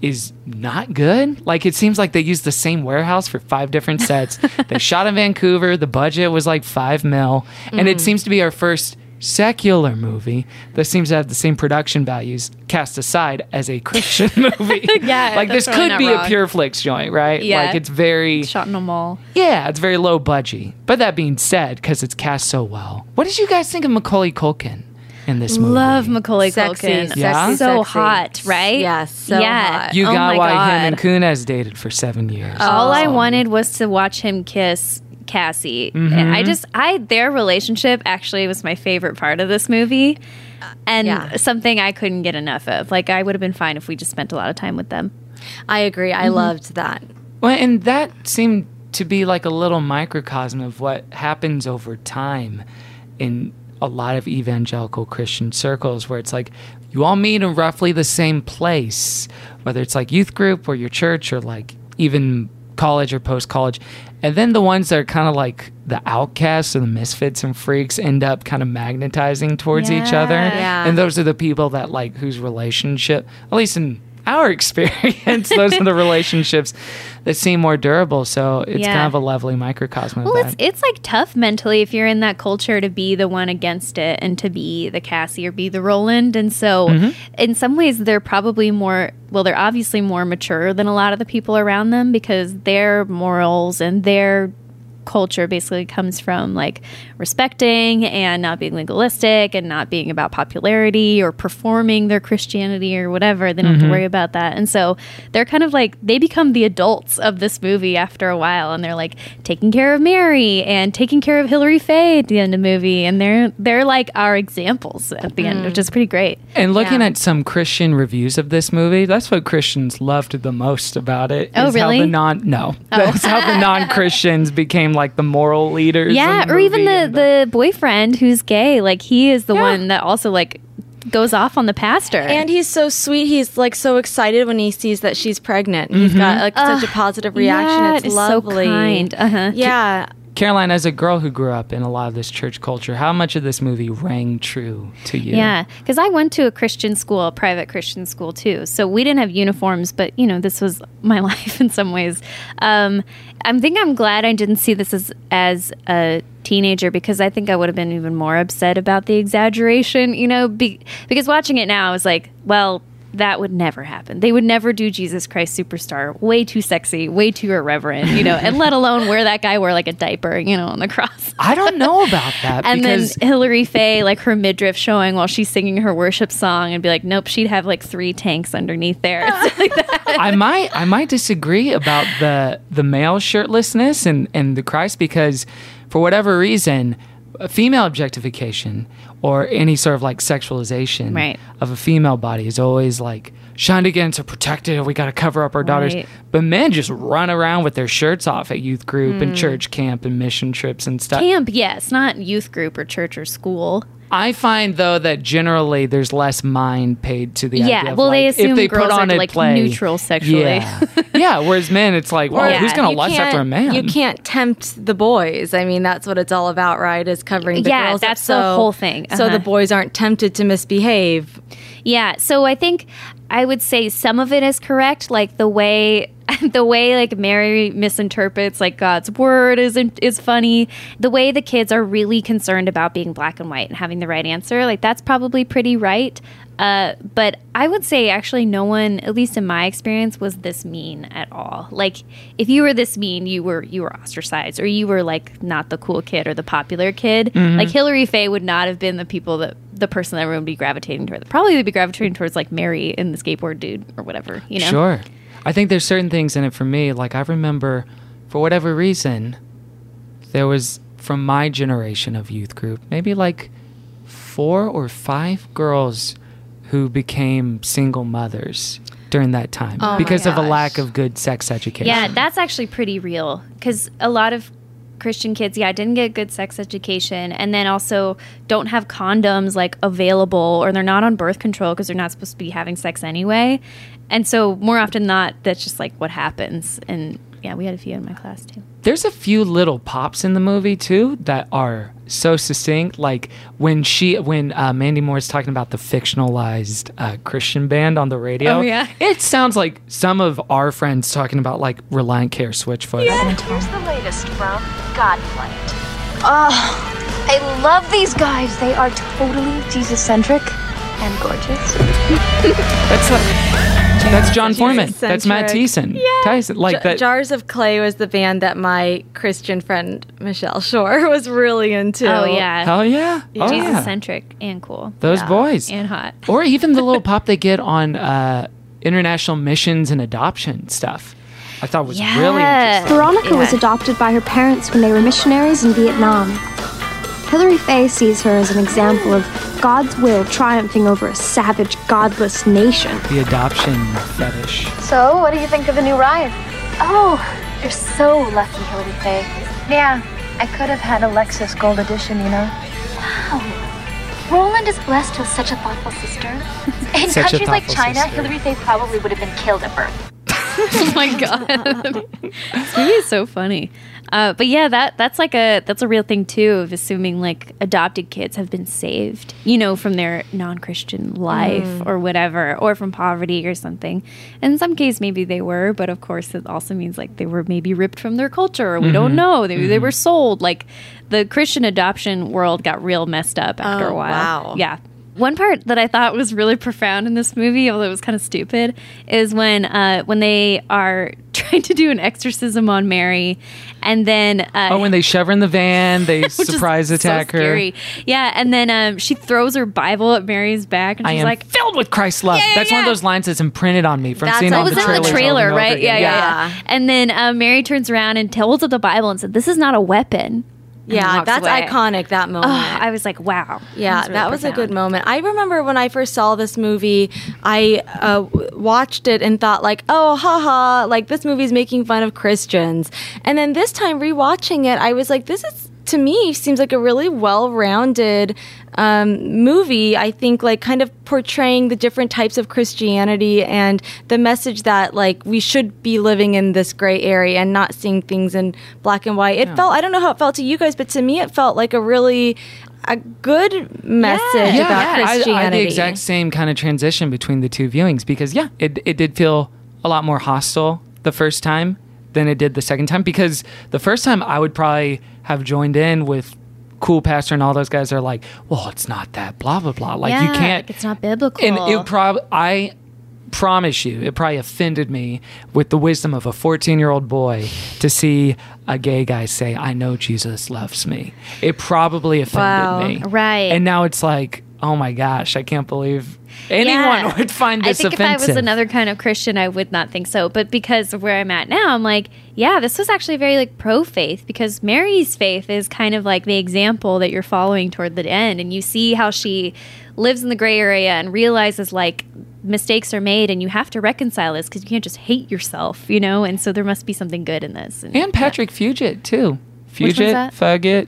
is not good. Like it seems like they used the same warehouse for five
<laughs>
different sets. they shot in Vancouver. The budget was like five mil, and
Mm-hmm.
it seems to be our first secular movie that seems to have the same production values cast aside as a Christian <laughs> movie.
<laughs> Yeah,
like
that's
this
really
could
not
be a
wrong.
pure flicks joint, right?
Yeah.
like it's very
Shot in a mall.
yeah, it's very low budget. But that being said, because it's cast so well, what did you guys think of Macaulay Culkin in this movie?
Love Macaulay
Sexy,
Culkin.
sexy, Yeah?
so
sexy.
hot, right?
Yeah, so
yeah.
hot.
You
oh
got
my
why
God.
him and Kunas dated for seven years.
All
Um,
I wanted was to watch him kiss Cassie. And I just, I their relationship actually was my favorite part of this movie, and
Yeah.
something I couldn't get enough of. Like I would have been fine if we just spent a lot of time with them. Mm-hmm.
I agree. I loved that.
Well, and that seemed to be like a little microcosm of what happens over time in a lot of evangelical Christian circles, where it's like you all meet in roughly the same place, whether it's like youth group or your church or like even college or post college. And then the ones that are kind of like the outcasts or the misfits and freaks end up kind of magnetizing towards each other.
Yeah.
And those are the people that like whose relationship, at least in our <laughs> experience, those are the relationships that seem more durable. So it's
Yeah.
kind of a lovely microcosm
Well,
of
it's
that.
it's like tough mentally if you're in that culture to be the one against it and to be the Cassie or be the Roland. And so, in some ways, they're probably more well, they're obviously more mature than a lot of the people around them because their morals and their culture basically comes from like respecting and not being legalistic and not being about popularity or performing their Christianity or whatever. They don't have to worry about that. And so they're kind of like they become the adults of this movie after a while and they're like taking care of Mary and taking care of Hillary Faye at the end of the movie and they're they're like our examples at the
Mm-hmm.
end, which is pretty great.
And looking at some Christian reviews of this movie, that's what Christians loved the most about it.
Oh,
is how
really? Oh.
the non no, <laughs> that's how the non Christians became like the moral leaders.
Yeah,
in
or even
movie
the,
and
the boyfriend who's gay, like he is the one that also like goes off on the pastor.
And he's so sweet. He's like so excited when he sees that she's pregnant.
Mm-hmm.
He's got like such a positive reaction.
yeah,
it's
it is Mm-hmm. so
lovely.
kind. Uh-huh.
Yeah.
Caroline, as a girl who grew up in a lot of this church culture, how much of this movie rang true to you?
Yeah, because I went to a Christian school, a private Christian school too. So we didn't have uniforms, but you know, this was <laughs> my life in some ways. Um, I think I'm glad I didn't see this as as a teenager because I think I would have been even more upset about the exaggeration. You know, be, because watching it now, I was like, well. That would never happen. They would never do Jesus Christ Superstar. Way too sexy, way too irreverent, you know, and let alone where that guy wore like a diaper, you know, on the cross.
I don't know about that.
<laughs> And then
Uh, because
Hillary Faye, like her midriff showing while she's singing her worship song, and be like, nope, she'd have like three tanks underneath there. It's like that. <laughs>
I might I might disagree about the the male shirtlessness and and the Christ because for whatever reason a female objectification or any sort of like sexualization
Right.
of a female body is always like shined against or protected or we got to cover up our daughters
Right.
but men just run around with their shirts off at youth
Mm.
group and church camp and mission trips and stuff
Camp, yes, not youth group or church or school.
I find though that generally there's less mind paid to the idea.
Yeah,
of,
well,
like,
they
if
assume
they put
girls
on
are,
a
like,
play-
neutral sexually. <laughs>
Yeah, yeah. Whereas men, it's like, well,
Yeah,
who's gonna
you
lust after a
can't-
man?
You can't tempt the boys. I mean, that's what it's all about, right? Is covering the
Yeah,
girls. up
that's the
so-
whole thing.
So
Uh-huh.
the boys aren't tempted to misbehave.
Yeah, so I think I would say some of it is correct, like the way <laughs> the way like Mary misinterprets like God's word is is funny. The way the kids are really concerned about being black and white and having the right answer, like that's probably pretty right. Uh, but I would say actually no one, at least in my experience, was this mean at all. Like if you were this mean, you were you were ostracized or you were like not the cool kid or the popular kid. Like Hillary Faye would not have been the people that the person that everyone would be gravitating toward. Probably they'd be gravitating towards like Mary and the skateboard dude or whatever. You know.
Sure. I think there's certain things in it for me. Like I remember, for whatever reason, there was from my generation of youth group maybe like four or five girls who became single mothers during that time because of a lack of good sex education.
Oh Yeah, that's actually pretty real because a lot of Christian kids, yeah, didn't get good sex education and then also don't have condoms like available or they're not on birth control because they're not supposed to be having sex anyway. And so, more often than not, that's just like what happens. And yeah, we had a few in my class too.
There's a few little pops in the movie too that are so succinct. Like when she, when uh, Mandy Moore is talking about the fictionalized uh, Christian band on the radio.
Oh, yeah.
it sounds like some of our friends talking about like Reliant Care Switchfoot.
Here's the latest from Godflight.
Ah, I love these guys. They are totally Jesus centric and gorgeous.
That's like, that's John Foreman. That's Matt
Eccentric.
Teason. Tyson. Like
J-
that.
Jars of Clay was the band that my Christian friend Michelle Shore <laughs> was really into.
Oh, yeah.
Hell yeah. Oh
Jesus
yeah.
centric and cool.
Those boys.
And hot.
Or even the little pop they get on uh, international missions and adoption stuff. I thought was really interesting.
Veronica was adopted by her parents when they were missionaries in Vietnam. Hilary Fay sees her as an example of God's will triumphing over a savage, godless nation.
The adoption fetish.
So, what do you think of the new ride? Oh, you're so lucky, Hildy Faye. Yeah, I could have had a Lexus Gold Edition, you know.
Roland is blessed with such a thoughtful
<laughs>
sister. In
Such a
countries like
thoughtful
China,
sister.
Hillary Faye probably would have been killed at birth.
<laughs> Oh my god, <laughs> this movie is so funny. Uh, but yeah, that that's like a that's a real thing too of assuming like adopted kids have been saved, you know, from their non-Christian life or whatever, or from poverty or something. And in some case, maybe they were, but of course, it also means like they were maybe ripped from their culture. Or we don't know. They, they were sold. Like the Christian adoption world got real messed up after a while.
wow.
Yeah. One part that I thought was really profound in this movie, although it was kind of stupid, is when uh, when they are <laughs> trying to do an exorcism on Mary, and then uh,
Oh,
<laughs>
when they shove her in the van, they
which is
surprise
so
attack her.
scary. Yeah, and then um, she throws her Bible at Mary's back, and
I
she's
am
like,
filled with Christ's love.
yeah,
that's one of
yeah.
those lines that's imprinted on me from
That's
seeing
all-
all
It was
the
in
trailers.
the
over and
trailer,
over
right? Yeah,
again.
yeah, yeah. And then uh, Mary turns around and holds up the Bible and said, "This is not a weapon." And
Yeah,
walks
that's
away.
iconic, that
<laughs>
moment.
Oh, I was like, "Wow."
Yeah,
really
that was a
profound.
good moment. I remember when I first saw this movie, I uh, w- watched it and thought like, "Oh, haha!" Like this movie's making fun of Christians. And then this time rewatching it, I was like, "This is." To me, seems like a really well-rounded um, movie. I think, like, kind of portraying the different types of Christianity and the message that, like, we should be living in this gray area and not seeing things in black and white. It felt—I don't know how it felt to you guys, but to me, it felt like a really a good message
Yeah,
about
I-
Christianity.
I, had the exact same kind of transition between the two viewings because yeah, it it did feel a lot more hostile the first time than it did the second time because the first time I would probably have joined in with cool pastor and all those guys are like, well, it's not that blah blah blah. Like
Yeah,
you can't.
like, it's not biblical.
And it probably I promise you it probably offended me with the wisdom of a 14 year old boy to see a gay guy say i know jesus loves me it probably offended
Wow.
me
Right.
and now it's like oh my gosh i can't believe anyone
Yeah.
would find this
I think
offensive
if I was another kind of Christian, I would not think so. But because of where I'm at now, I'm like, yeah, this was actually very like pro faith because Mary's faith is kind of like the example that you're following toward the end, and you see how she lives in the gray area and realizes like mistakes are made, and you have to reconcile this because you can't just hate yourself, you know. And so there must be something good in this. And,
and patrick fugit too
Which one's
fugit <laughs>
that?
fugit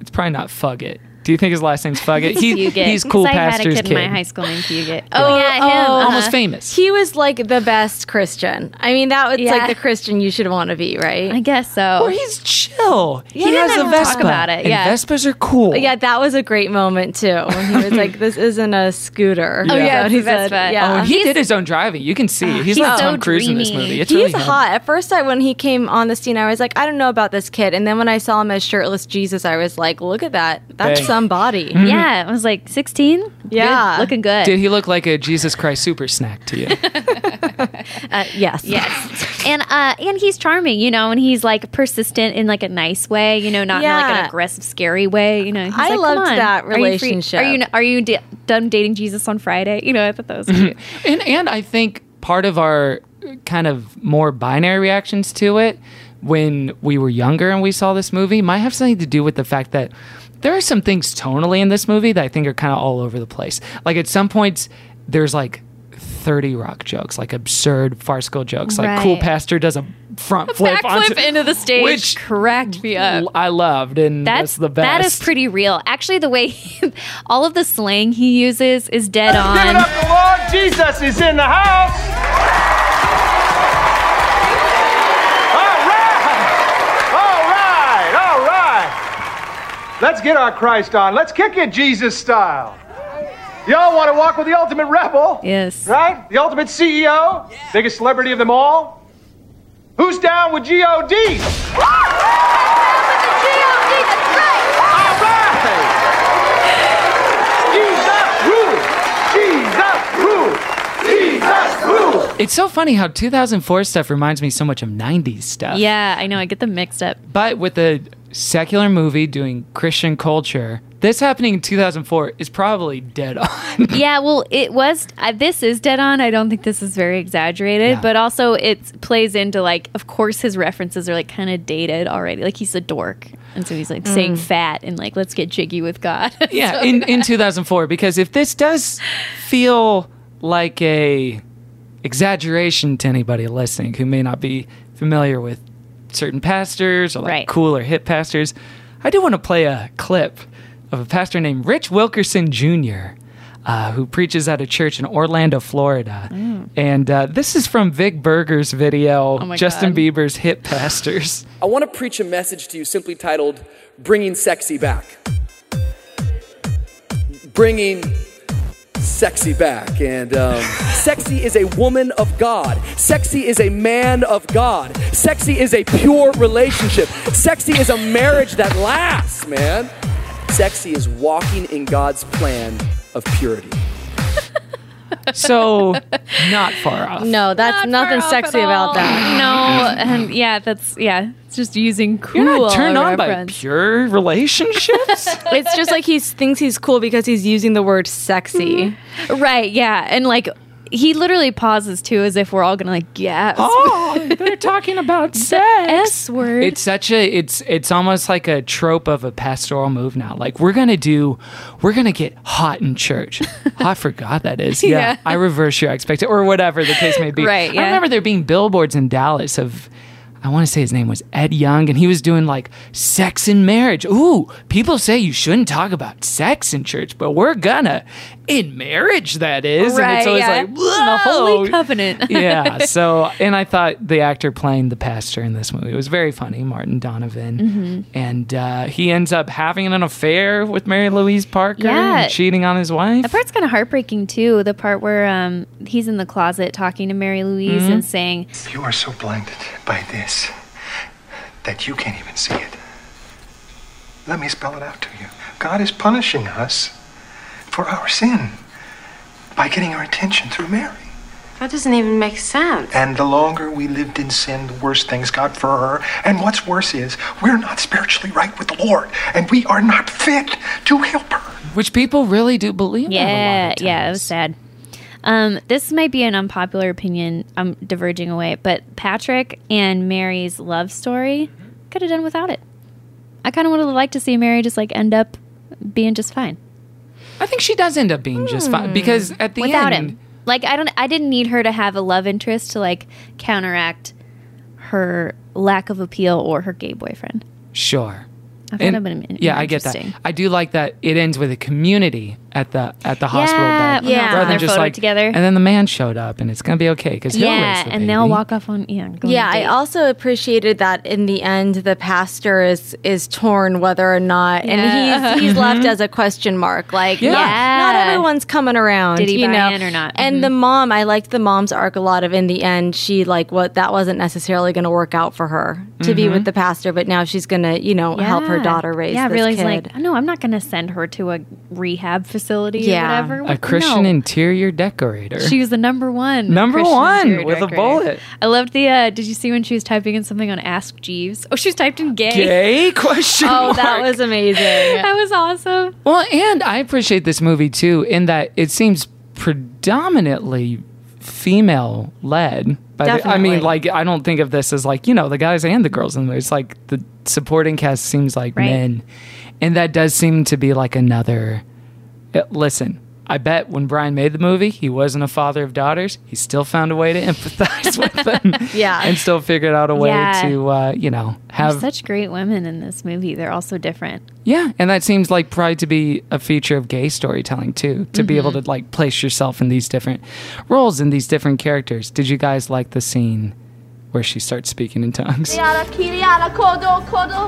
it's probably not fugit Do you think his last name's Fugit? He,
Fugit.
he's cool
I had a
pastor's
kid, in my high school named Fugit.
Oh,
yeah, him. Uh-huh.
oh,
Almost famous.
He was like the best Christian. I mean, that was like the Christian you should want to be, right?
I guess so.
Or he's chill. he
didn't
has a
ever talk
Vespa.
about it, yeah.
And Vespas are cool.
yeah, that was a great moment too. When he was
<laughs>
like, "This isn't a scooter."
Oh, yeah,
That's what
it's a
he said.
Vespa.
Oh,
Yeah,
and he did his own driving. You can see. He's, not
Ah, so
Tom Cruise in this
dreamy.
movie. It's
he's
really him.
hot. At first, I when he came on the scene, I was like, "I don't know about this kid." And then when I saw him as shirtless Jesus, I was like, "Look at that! That's
Bang. <laughs>
some body."
Yeah, I was like 16.
Yeah.
Good, looking good.
Did he look like a Jesus Christ super snack to you?
Uh, yes.
yes, <laughs> and uh, and he's charming, you know, and he's like persistent in like a nice way, you know, not in like
Yeah.
an aggressive, scary way, you know. He's
I
like, "Come
loved
on,
that
are you free-
relationship.
Are you are you, da- done dating Jesus on Friday? You know, I thought that was cute.
Mm-hmm. and and I think part of our kind of more binary reactions to it when we were younger and we saw this movie might have something to do with the fact that there are some things tonally in this movie that I think are kind of all over the place. Like at some points there's like 30 rock jokes, like absurd farcical jokes, like cool
Right.
pastor does a front flip, onto,
Backflip into the stage
which
cracked me up.
I loved and that's, the best.
That is pretty real. Actually, the way <laughs> he, all of the slang he uses
<laughs>
is dead on.
the Lord. Jesus is in the house. All right. All right. All right. Let's get our Christ on. Let's kick it Jesus style. Y'all want to walk with the ultimate rebel?
Yes.
Right? The ultimate CEO? Biggest celebrity of them all? Who's down with G-O-D? Down with the G-O-D, that's right! All right! Jesus rule! Jesus rule! Jesus rule!
It's so funny how 2004 stuff reminds me so much of 90s stuff.
Yeah, I know. I get them mixed up.
But with a secular movie doing Christian culture, this happening in 2004 is probably dead on.
Yeah, well, it was. Uh, this is dead on. I don't think this is very exaggerated,
Yeah.
but also it plays into like, of course, his references are like kind of dated already. Like he's a dork, and so he's like
Mm.
saying fat and like let's get jiggy with God. <laughs>
yeah, in, in 2004. Because if this does feel like a exaggeration to anybody listening who may not be familiar with certain pastors or like
Right.
cool or hip pastors, I do want to play a clip of a pastor named Rich Wilkerson Jr. Uh, who preaches at a church in Orlando, Florida?
Mm.
And uh, this is from Vic Berger's video,
Oh my
Justin
God.
Bieber's "Hit
<laughs>
Pastors."
I want to preach a message to you simply titled Bringing Sexy Back. Bringing sexy back. And um, <laughs> sexy is a woman of God. Sexy is a man of God. Sexy is a pure relationship. Sexy is a marriage that lasts, man. Sexy is walking in God's plan of purity.
So, not far off.
<laughs> No, that's
Not far
nothing
off
sexy
at
about
all.
that.
No, and yeah, that's yeah. It's just using cool.
You're not turned on by
reference.
pure
<laughs>
relationships?
It's just like he thinks he's cool because he's using the word sexy.
Mm-hmm. Right, yeah. And like he literally pauses too as if we're all gonna like gasp. <laughs>
oh, they're talking about
S word.
It's such a it's it's almost like a trope of a pastoral move now. Like we're gonna do we're gonna get hot in
<laughs>
church. hot for God that is. Yeah.
Yeah.
I reverse your expectation or whatever the case may be.
Right,
I
yeah.
remember there being billboards in Dallas of I want to say his name was Ed Young, and he was doing like sex and marriage. Ooh, people say you shouldn't talk about sex in church, but we're gonna in marriage. That is, and it's
Right,
always
yeah.
like Whoa.
the holy covenant.
yeah.
<laughs>
So, and I thought the actor playing the pastor in this movie was very funny, Martin Donovan.
Mm-hmm.
And uh, he ends up having an affair with Mary Louise Parker
Yeah.
and cheating on his wife.
That part's kind of heartbreaking too. The part where um, he's in the closet talking to Mary Louise
Hmm?
Mm-hmm.
and saying,
You are so blinded by this that you can't even see it. Let me spell it out to you. God is punishing us for our sin by getting our attention through Mary.
That doesn't even make sense.
And the longer we lived in sin, the worse things got for her. And what's worse is, we're not spiritually right with the Lord, and we are not fit to help her.
which people really do believe. that a lot
"Yeah,
of
yeah, it was
times.
sad." Um, this might be an unpopular opinion. I'm diverging away, but Patrick and Mary's love story
Mm-hmm.
could have done without it. I kind of would have liked to see Mary just like end up being just fine.
I think she does end up being just fine because at the
Hmm. without
end,
him. Like I don't I didn't need her to have a love interest to like counteract her lack of appeal or her gay boyfriend.
sure.
I thought it would've been
yeah, I get that.
interesting.
I do like that it ends with a community at the at the hospital
Yeah,
bed,
yeah.
rather than
Their
just
photo
like
together.
And then the man showed up, and it's gonna be okay because
yeah, and they'll walk off on yeah. go on
yeah
a
i
date.
also appreciated that in the end the pastor is is torn whether or not
Yeah.
and he's he's left
Mhm.
as a question mark like
Yeah.
not, not
Yeah.
everyone's coming around
Did he
you
buy
know
in or not? Mm-hmm.
and the mom i liked the mom's arc a lot of in the end she like what that wasn't necessarily going to work out for her to be
Mhm.
with the pastor but now she's going to you know help her
Yeah.
daughter raise
Yeah,
this
really
kid.
like no, I'm not going to send her to a rehab facility
Yeah.
or whatever.
a
What-
Christian
no.
interior decorator.
She was the number one.
Number
Christian
one
interior
with a
decorator.
bullet.
I loved the. Uh, did you see when she was typing in something on Ask Jeeves? Oh, she was typed in gay. <laughs>
Gay? Question
Oh, that
mark.
was amazing. that was awesome.
Well, and I appreciate this movie too in that it seems predominantly female led. But I
Definitely.
mean, like, I don't think of this as like, you know, the guys and the girls in the movie. It's like the supporting cast seems like
Right.
men. And that does seem to be like another. Uh, Listen, I bet when Brian made the movie, he wasn't a father of daughters. He still found a way to
<laughs>
empathize with them.
Yeah.
And still figured out a way
Yeah.
to, uh, you know,
There's
have
such great women in this movie. They're all so different.
yeah, and that seems like probably to be a feature of gay storytelling too, to be
Mm-hmm.
able to like place yourself in these different roles and these different characters. Did you guys like the scene where she starts speaking in tongues?
Kiriara, Kiriara, Kodo, Kodo,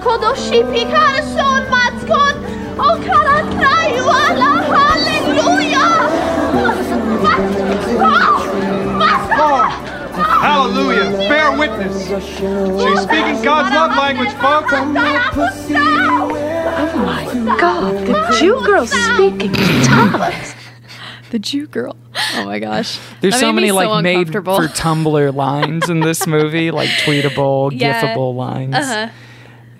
Kodo, Shipi, Kara, Shon, Matkon, O Kara, Krayu, Ala, Ah, Hallelujah! Master!
Ah. Hallelujah. Bear witness. She's speaking God's love language, folks.
Oh my god, the Jew girl speaking in tongues.
The Jew girl. Oh my gosh.
There's
That
so
made
many
me
like made for
uncomfortable. <laughs>
Tumblr lines in this movie, like tweetable, gifable lines.
Uh-huh.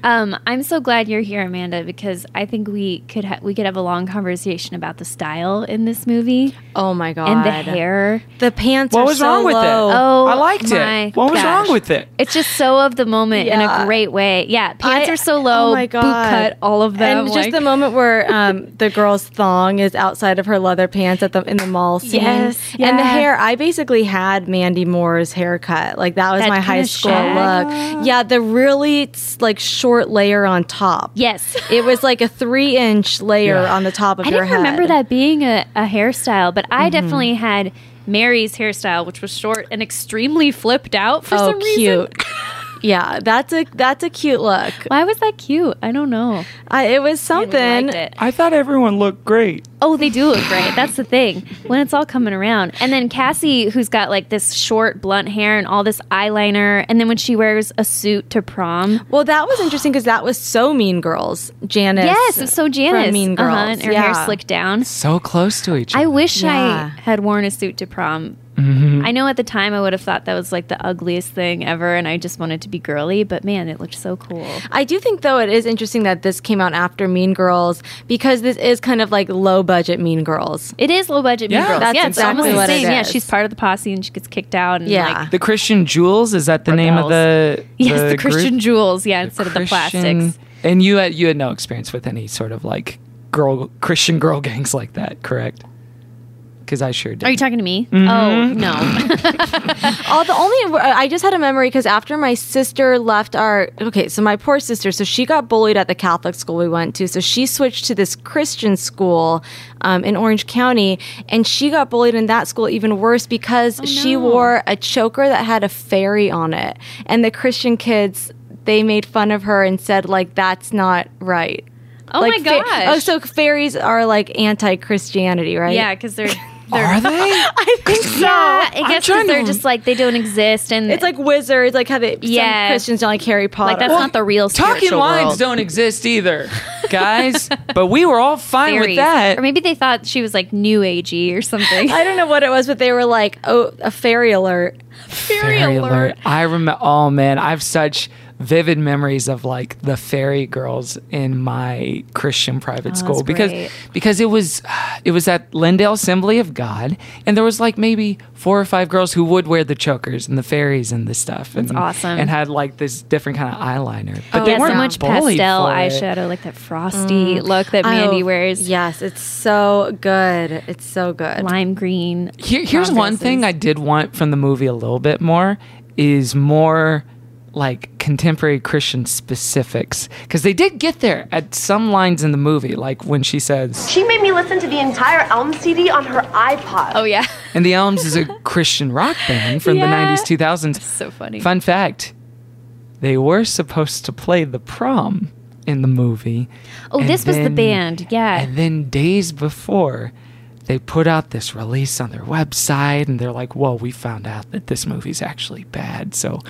Um, I'm so glad you're here, Amanda, because I think we could ha- we could have a long conversation about the style in this movie.
Oh my god!
And the hair,
the pants.
What was wrong with it?
Oh,
I liked
my
it. What was
gosh.
wrong with it?
It's just so of the moment in
Yeah.
a great way. Yeah, pants
I-
are so low.
Oh my god!
Boot cut, all of them.
and just
like-
the moment where um, <laughs> the girl's thong is outside of her leather pants at the in the mall scene.
Yes,
and the
yeah.
hair. I basically had Mandy Moore's haircut. Like that was
That
my high
kinda
school
shag.
look. Yeah, the really s- like short layer on top.
Yes,
it was like a three inch layer
Yeah.
on the top of
I
your
didn't
head.
remember that being a, a hairstyle, but
Mm-hmm.
I definitely had Mary's hairstyle, which was short and extremely flipped out for
oh,
some reason.
cute.
<laughs>
yeah, that's a that's a cute look.
Why was that cute? I don't know.
I, it was something.
I thought everyone looked great.
Oh, they do look great. That's the thing. When it's all coming around. And then Cassie, who's got like this short, blunt hair and all this eyeliner. And then when she wears a suit to prom.
Well, that was interesting because that was so Mean Girls. Janice.
Yes, it's so
from
Janice.
Mean Girls.
Uh-huh, and her hair
Yeah.
slicked down.
So close to each
I
other.
wish
Yeah.
I had worn a suit to prom.
Mhm.
I know at the time I would have thought that was like the ugliest thing ever and I just wanted to be girly, but man, it looked so cool.
I do think though it is interesting that this came out after Mean Girls because this is kind of like low budget Mean Girls.
It is low budget Mean
Yeah,
Girls.
that's
yeah, it's
exactly
almost
what
the
it
same. Yeah,
is.
she's part of the posse and she gets kicked out and
Yeah.
like <laughs>
the Christian Jewels is that the name of the
Yes, the,
group?
Christian jewels, yeah, instead of the plastics.
Christian- And you had you had no experience with any sort of like girl Christian girl <laughs> gangs like that, correct? Because I sure did.
Are you talking to me?
Mhm.
Oh
<laughs>
no!
Oh, Mm-hmm. the only I just had a memory because after my sister left our okay, so my poor sister, so she got bullied at the Catholic school we went to, so she switched to this Christian school um, in Orange County, and she got bullied in that school even worse because
Oh,
she wore a choker that had a fairy on it, and the Christian kids they made fun of her and said like that's not right.
Oh
Like,
my
fa-
gosh!
oh, so fairies are like anti-Christianity, right?
yeah, because they're, <laughs> they're
Are they?
I think so.
yeah. I
I'm
guess 'cause
trying to-
they're just like they don't exist, and
It's like wizards, like how they,
Yeah.
some Christians don't like Harry Potter.
that's not the real
talking
spiritual
lines
world.
don't exist either,
<laughs>
guys. but we were all fine with
Fairies.
that.
or maybe they thought she was like new agey or
<laughs>
something.
I don't know what it was, but they were like, oh, a fairy alert.
Fairy alert! I remember. Oh man, I have such vivid memories of like the fairy girls in my Christian private
Oh,
that's
school because
great.
because it was it was at Lindale Assembly of God, and there was like maybe four or five girls who would wear the chokers and the fairies and this stuff.
That's
and,
awesome.
And had like this different kind of eyeliner, but
oh,
they
yeah,
weren't
so much
bullied
pastel
for it.
eyeshadow, like that frosty look that Mandy
Mm. Oh,
wears.
Yes, it's so good. It's so good.
Lime green.
Here, here's one
processes.
thing I did want from the movie a little bit more is more like contemporary Christian specifics because they did get there at some lines in the movie, like when she says,
She made me listen to the entire Elm CD on her iPod.
Oh, yeah.
and the Elms is a Christian rock band from
Yeah.
the 90s, 2000s.
So funny.
Fun fact they were supposed to play the prom in the movie.
Oh,
and
this was the
then-
band. Yeah.
And then days before, they put out this release on their website and they're like, whoa, we found out that this movie's actually bad.
<gasps>
So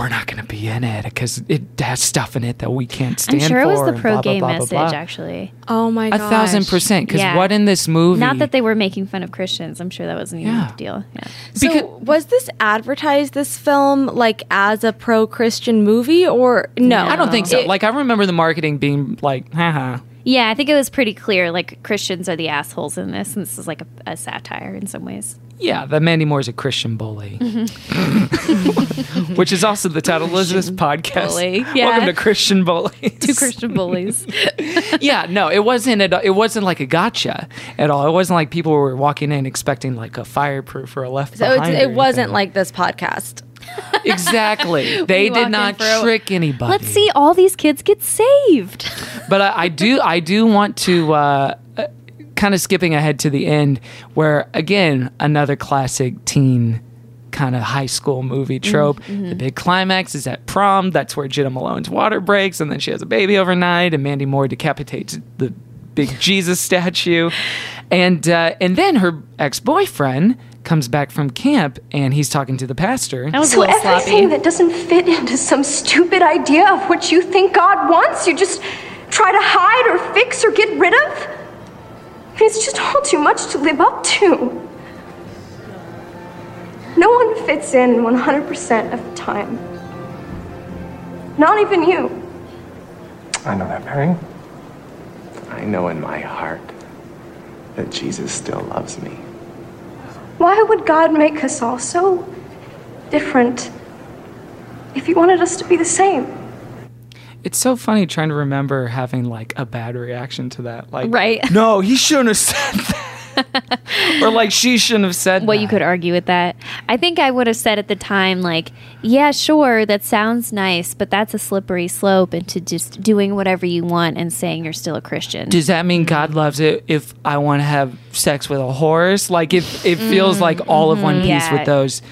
we're not going to be in it because it has stuff in it that we can't
I'm
stand
sure it was
for
the
and
pro
blah, blah,
gay
blah, blah,
message,
blah.
actually.
Oh my
A thousand percent. Because what in this movie?
Not that they were making fun of Christians. I'm sure that wasn't even
Yeah.
a big deal. Yeah.
So was this advertised this film like as a pro Christian movie or no?
I don't think so. like, I remember the marketing being like, haha.
Yeah, I think it was pretty clear. Like Christians are the assholes in this, and this is like a, a satire in some ways.
Yeah, that Mandy Moore's a Christian
<laughs>
bully, which is also the title of this podcast. <laughs>
bully,
Welcome
yeah.
to Christian
<laughs>
Bully.
<laughs> Two Christian bullies.
yeah, no, it wasn't. At, it wasn't like a gotcha at all. It wasn't like people were walking in expecting like a fireproof or a left
so it's,
behind.
it wasn't like <laughs> this podcast.
like
<laughs>
exactly. They
walk
did
in
not
for a-
trick anybody.
Let's see all these kids get saved.
but I, I do I do want to uh, kind of skipping ahead to the end where again another classic teen kind of high school movie trope the big climax is at prom that's where Jenna Malone's water breaks and then she has a baby overnight and Mandy Moore decapitates the big <laughs> Jesus statue and uh, and then her ex-boyfriend comes back from camp and he's talking to the pastor
so everything that doesn't fit into some stupid idea of what you think God wants, you just try to hide or fix or get rid of. It's just all too much to live up to. No one fits in 100% of the time. Not even you.
I know that, Mary.
I know in my heart that Jesus still loves me.
Why would God make us all so different if He wanted us to be the same?
It's so funny trying to remember having like a bad reaction to that. Like,
Right.
No, he shouldn't have said that. or like, she shouldn't have said
well, you could argue with that. I think I would have said at the time, like, yeah, sure, that sounds nice, but that's a slippery slope into just doing whatever you want and saying you're still a Christian.
Does that mean God loves it if I want to have sex with a horse? Like, if it feels like all of one
mhm.
piece
Yeah.
with those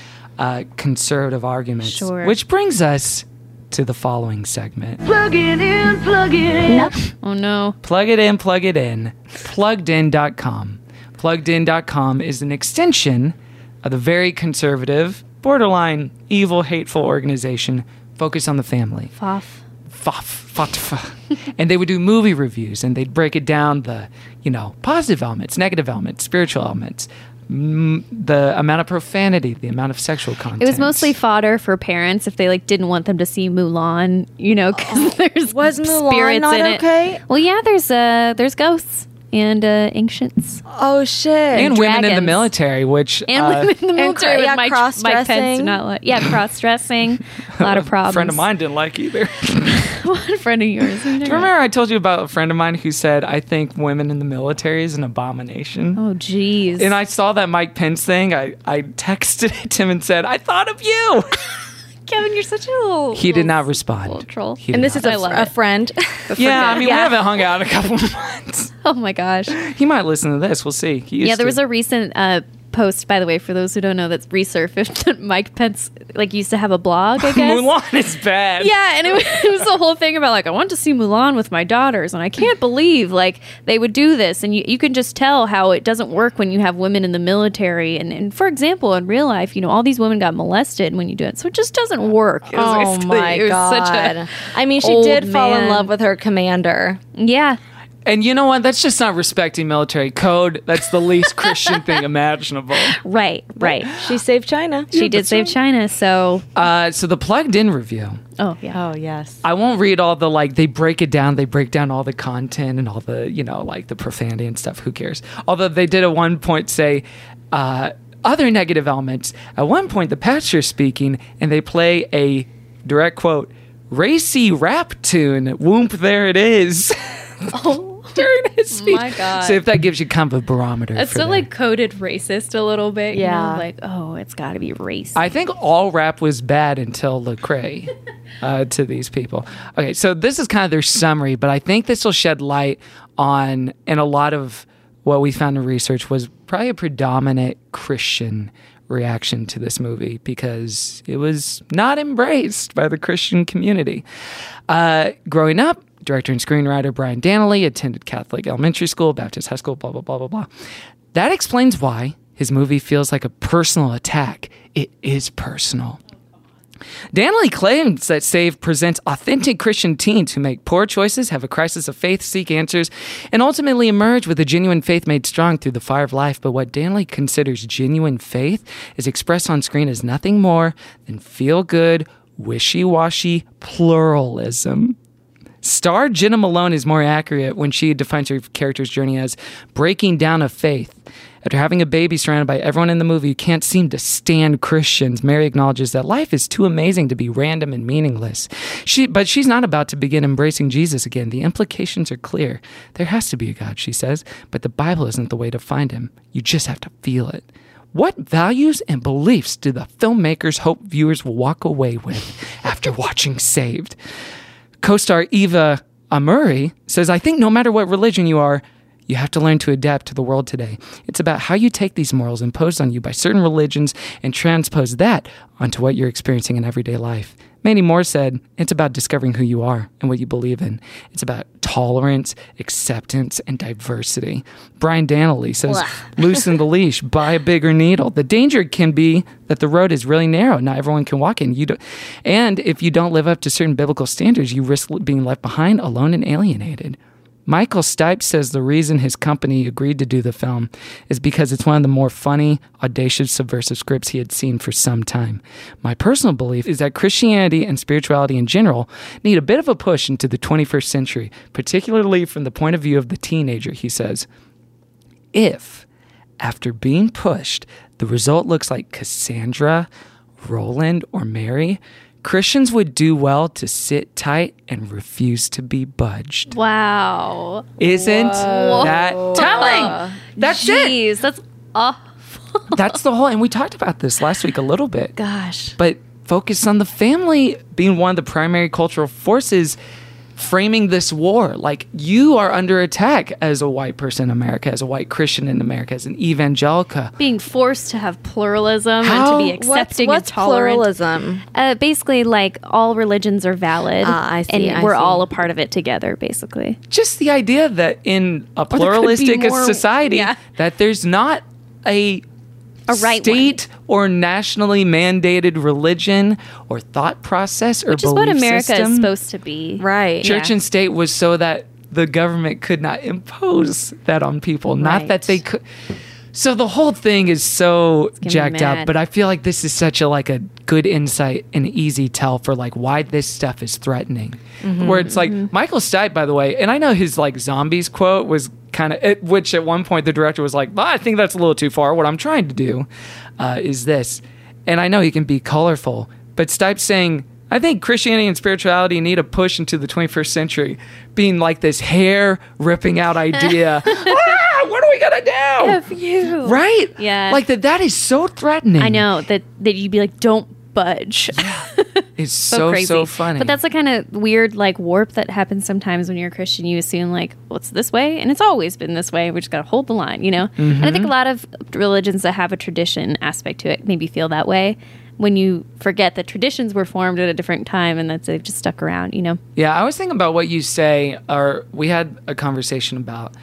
uh, conservative arguments.
Sure.
Which brings us to the following segment.
Plug it in, plug it in.
Oh no.
Plug it in, plug it in. Pluggedin.com. Pluggedin.com is an extension of the very conservative, borderline, evil, hateful organization focused on the family.
Foff.
Fof, fatfa. and they would do movie reviews and they'd break it down the, you know, positive elements, negative elements, spiritual elements, m- the amount of profanity, the amount of sexual content.
It was mostly fodder for parents if they like didn't want them to see Mulan, you know, because <laughs> there's
Oh. Was Mulan
spirits
not
in it.
okay?
Well, yeah, there's uh, there's ghosts and uh, ancients
Oh shit!
and women in the
dragons.
military, which
and
uh,
women in the
And
military.
cr-
with
yeah,
Mike, Mike Pence
cross-dressing.
did not like. Yeah,
<laughs>
cross dressing, a lot of problems.
a friend of
<laughs>
mine didn't like either.
One friend of
<laughs>
yours.
Do you remember I told you about a friend of mine who said, I think women in the military is an abomination?
Oh, jeez.
And I saw that Mike Pence thing. I, I texted <laughs> it to him and said, I thought of you.
Kevin, you're such a little.
He did not respond.
troll.
He did
and this
not.
is a, a friend.
<laughs>
<laughs>
Yeah, I mean, we haven't hung out in a
<laughs>
couple months.
<laughs> Oh my gosh.
He might listen to this. We'll see. He
yeah,
used
there
to.
was a recent uh, post, by the way, for those who don't know, that's resurfaced. <laughs> that Mike Pence like used to have
<laughs>
a blog, I guess.
Mulan is bad.
<laughs> Yeah, and it was, it was the whole thing about like I want to see Mulan with my daughters, and I can't believe like they would do this. And you, you can just tell how it doesn't work when you have women in the military. And, and for example, in real life, you know, all these women got molested when you do it, so it just doesn't work. It was
oh
basically-
my
it was
god!
such a- Oh.
I mean, she
old
did fall in
man.
love with her commander.
yeah.
And you know what? That's just not respecting military code. That's the least Christian
<laughs>
thing imaginable.
Right, right.
She saved China.
She did save China, so
Uh, so the plugged in review.
oh yeah.
Oh yes.
I won't read all the like they break it down, they break down all the content and all the, you know, like the profanity and stuff, who cares? Although they did at one point say uh, other negative elements. At one point the pastor's speaking and they play a direct quote, racy rap tune. Whoomp there it is.
<laughs>
<laughs>
Oh.
During his
Oh
speech.
My God.
So if that gives you kind of a barometer,
That's
for
still
that.
like coded racist a little bit. you know,
Yeah.
like, oh, it's got to be racist.
I think all rap was bad until Lecrae uh, to these people. Okay, so this is kind of their summary, but I think this will shed light on and a lot of what we found in research was probably a predominant Christian reaction to this movie because it was not embraced by the Christian community. Uh, growing up, director and screenwriter Brian Danley attended Catholic elementary school, Baptist high school, blah, blah, blah, blah, blah. That explains why his movie feels like a personal attack. It is personal. Danley claims that Save presents authentic Christian teens who make poor choices, have a crisis of faith, seek answers, and ultimately emerge with a genuine faith made strong through the fire of life. But what Danley considers genuine faith is expressed on screen as nothing more than feel good, wishy washy pluralism. Star Jenna Malone is more accurate when she defines her character's journey as breaking down of faith. After having a baby surrounded by everyone in the movie who can't seem to stand Christians, Mary acknowledges that life is too amazing to be random and meaningless. She, but she's not about to begin embracing Jesus again. The implications are clear. There has to be a God, she says, but the Bible isn't the way to find him. You just have to feel it. What values and beliefs do the filmmakers hope viewers will walk away with after watching Saved? co-star Eva Amuri says, "I think no matter what religion you are, you have to learn to adapt to the world today. It's about how you take these morals imposed on you by certain religions and transpose that onto what you're experiencing in everyday life." Mandy Moore said, "It's about discovering who you are and what you believe in. It's about tolerance, acceptance, and diversity." Brian Danley says,
Blah.
"Loosen the leash, buy a bigger needle. The danger can be that the road is really narrow. Not everyone can walk in. You do and if you don't live up to certain biblical standards, you risk being left behind, alone, and alienated. Michael Stipe says the reason his company agreed to do the film is because it's one of the more funny, audacious, subversive scripts he had seen for some time. My personal belief is that Christianity and spirituality in general need a bit of a push into the 21st century, particularly from the point of view of the teenager, he says if, after being pushed, the result looks like Cassandra, Roland, or Mary, Christians would do well to sit tight and refuse to be budged.
Wow.
Isn't
Whoa.
that telling? That's it.
Jeez, That's awful.
That's the whole, and we talked about this last week a little bit.
Gosh.
But focus on the family being one of the primary cultural forces framing this war. Like, you are under attack as a white person in America, as a white Christian in America, as an evangelical.
Being forced to have pluralism
How-
and to be
What's-
accepting
what's
and tolerant.
pluralism?
Uh, basically, like all religions are valid.
Ah, I see,
And
I
we're
see.
all a part of it together, basically.
just the idea that in a
there could be
pluralistic
more-
society
yeah.
that there's not a
A right
state or nationally mandated religion or thought process or
Which is what
belief
America
system.
is supposed to be. Right.
Church and state was so that the government could not impose that on people, not that they could. So the whole thing is so
me
jacked up,
mad.
but I feel like this is such a like a good insight and easy tell for like why this stuff is threatening.
Mm-hmm.
Mhm.
Where it's like Michael
<laughs>
Stipe, by the way, and I know his like zombies quote was kind of which at one point the director was like, "Ah, I think that's a little too far. What I'm trying to do uh, is this, and I know he can be colorful, but Stipe saying. I think Christianity and spirituality need a push into the 21st century, being like this hair ripping out
<laughs>
idea. ah, what are we gonna do?
F you.
Right?
Yeah.
Like that that is so threatening.
I know that that you'd be like, don't budge.
It's so so, funny.
But that's the kind of weird like warp that happens sometimes when you're a Christian. You assume like, well, it's this way, and it's always been this way. We just gotta hold the line, you know.
Mm-hmm.
And I think a
Mhm.
lot of religions that have a tradition aspect to it maybe feel that way when you forget that traditions were formed at a different time and that they've just stuck around, you know.
Yeah, I was thinking about what you say, or we had a conversation about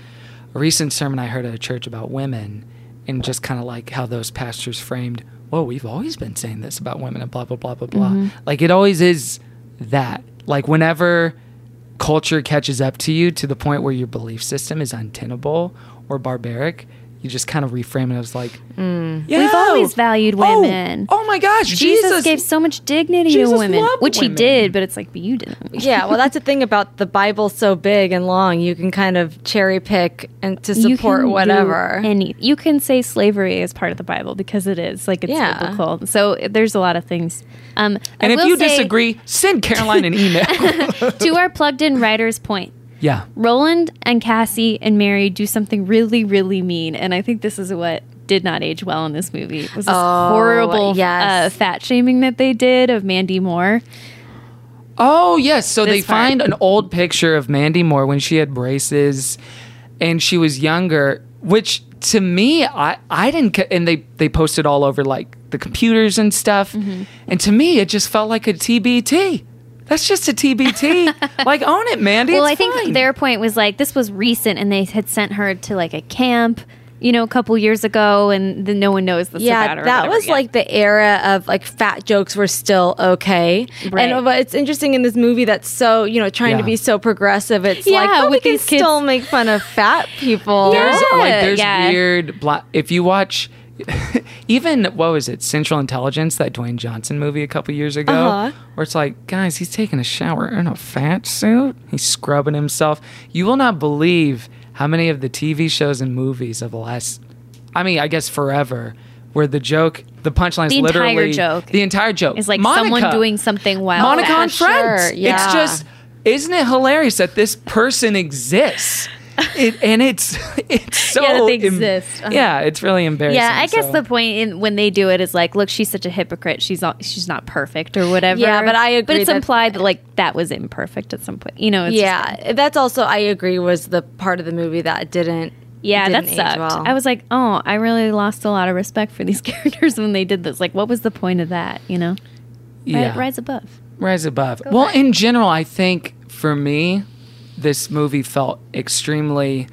a recent sermon I heard at a church about women and just kind of like how those pastors framed, whoa, we've always been saying this about women and blah, blah, blah, blah, blah.
Mm-hmm.
Mhm.
Like it always is that. Like whenever culture catches up to you to the point where your belief system is untenable or barbaric, you just kind of reframe it as like,
We've
Yeah.
always valued
Oh,
women.
Oh, my gosh,
Jesus,
Jesus-
gave so much dignity
Jesus
to women,
loved
which
women.
he did, but it's like, but you didn't.
yeah, well, that's the thing about the Bible's so big and long. You can kind of cherry pick and to
You
support
can do
whatever.
Any, you can say slavery is part of the Bible because it is like it's
Yeah.
biblical. So there's a lot of things. Um, I
and if
will
you
say, <laughs>
disagree, send Caroline an email.
to our plugged in writer's point,
Yeah.
Roland and Cassie and Mary do something really, really mean, and I think this is what did not age well in this movie. It was this
Oh,
horrible
yes.
uh, fat shaming that they did of Mandy Moore.
Oh yes, so they
This part.
find an old picture of Mandy Moore when she had braces, and she was younger. Which to me, I I didn't, ca- and they they posted all over like the computers and stuff.
Mm-hmm.
And to me, it just felt like a TBT. That's just a
<laughs>
TBT. like own it, Mandy.
well,
It's
I think
fine.
their point was like this was recent, and they had sent her to like a camp, you know, a couple years ago, and then no one knows this
yeah,
about her. or
that
whatever.
was
Yeah.
like the era of like fat jokes were still okay.
Right.
And but it's interesting in this movie that's so you know trying
Yeah.
to be so progressive. It's
Yeah,
like oh,
with
we can
these kids-
still make fun of
<laughs>
fat people.
There's uh, like there's weird bla If you watch, <laughs> even what was it, Central Intelligence, that Dwayne Johnson movie a couple years ago,
Uh-huh.
where it's like, guys, he's taking a shower in a fat suit. He's scrubbing himself. You will not believe how many of the TV shows and movies of the last, I mean, I guess forever, where the joke, the punchline is
The entire
literally
joke
the entire joke
It's like
Monica.
someone doing something wild.
Monica and Friends.
sure, yeah.
It's just, isn't it hilarious that this person exists?
<laughs>
It, and it's <laughs> it's so
Yeah, that they
em-
exist. Uh-huh.
yeah, it's really embarrassing.
Yeah, I guess
so.
the point in, when they do it is like, look, she's such a hypocrite. She's not, she's not perfect or whatever.
Yeah, but I
But
agree
it's
that-
implied that like that was imperfect at some point. You know? It's just-
yeah, that's also I agree was the part of the movie that didn't.
yeah, that
didn't age
sucked.
well.
I was like, oh, I really lost a lot of respect for these <laughs> characters when they did this. Like, what was the point of that? You know? Ri-
Yeah.
Rise above.
Rise above. well, in general, I think for me, this movie felt extremely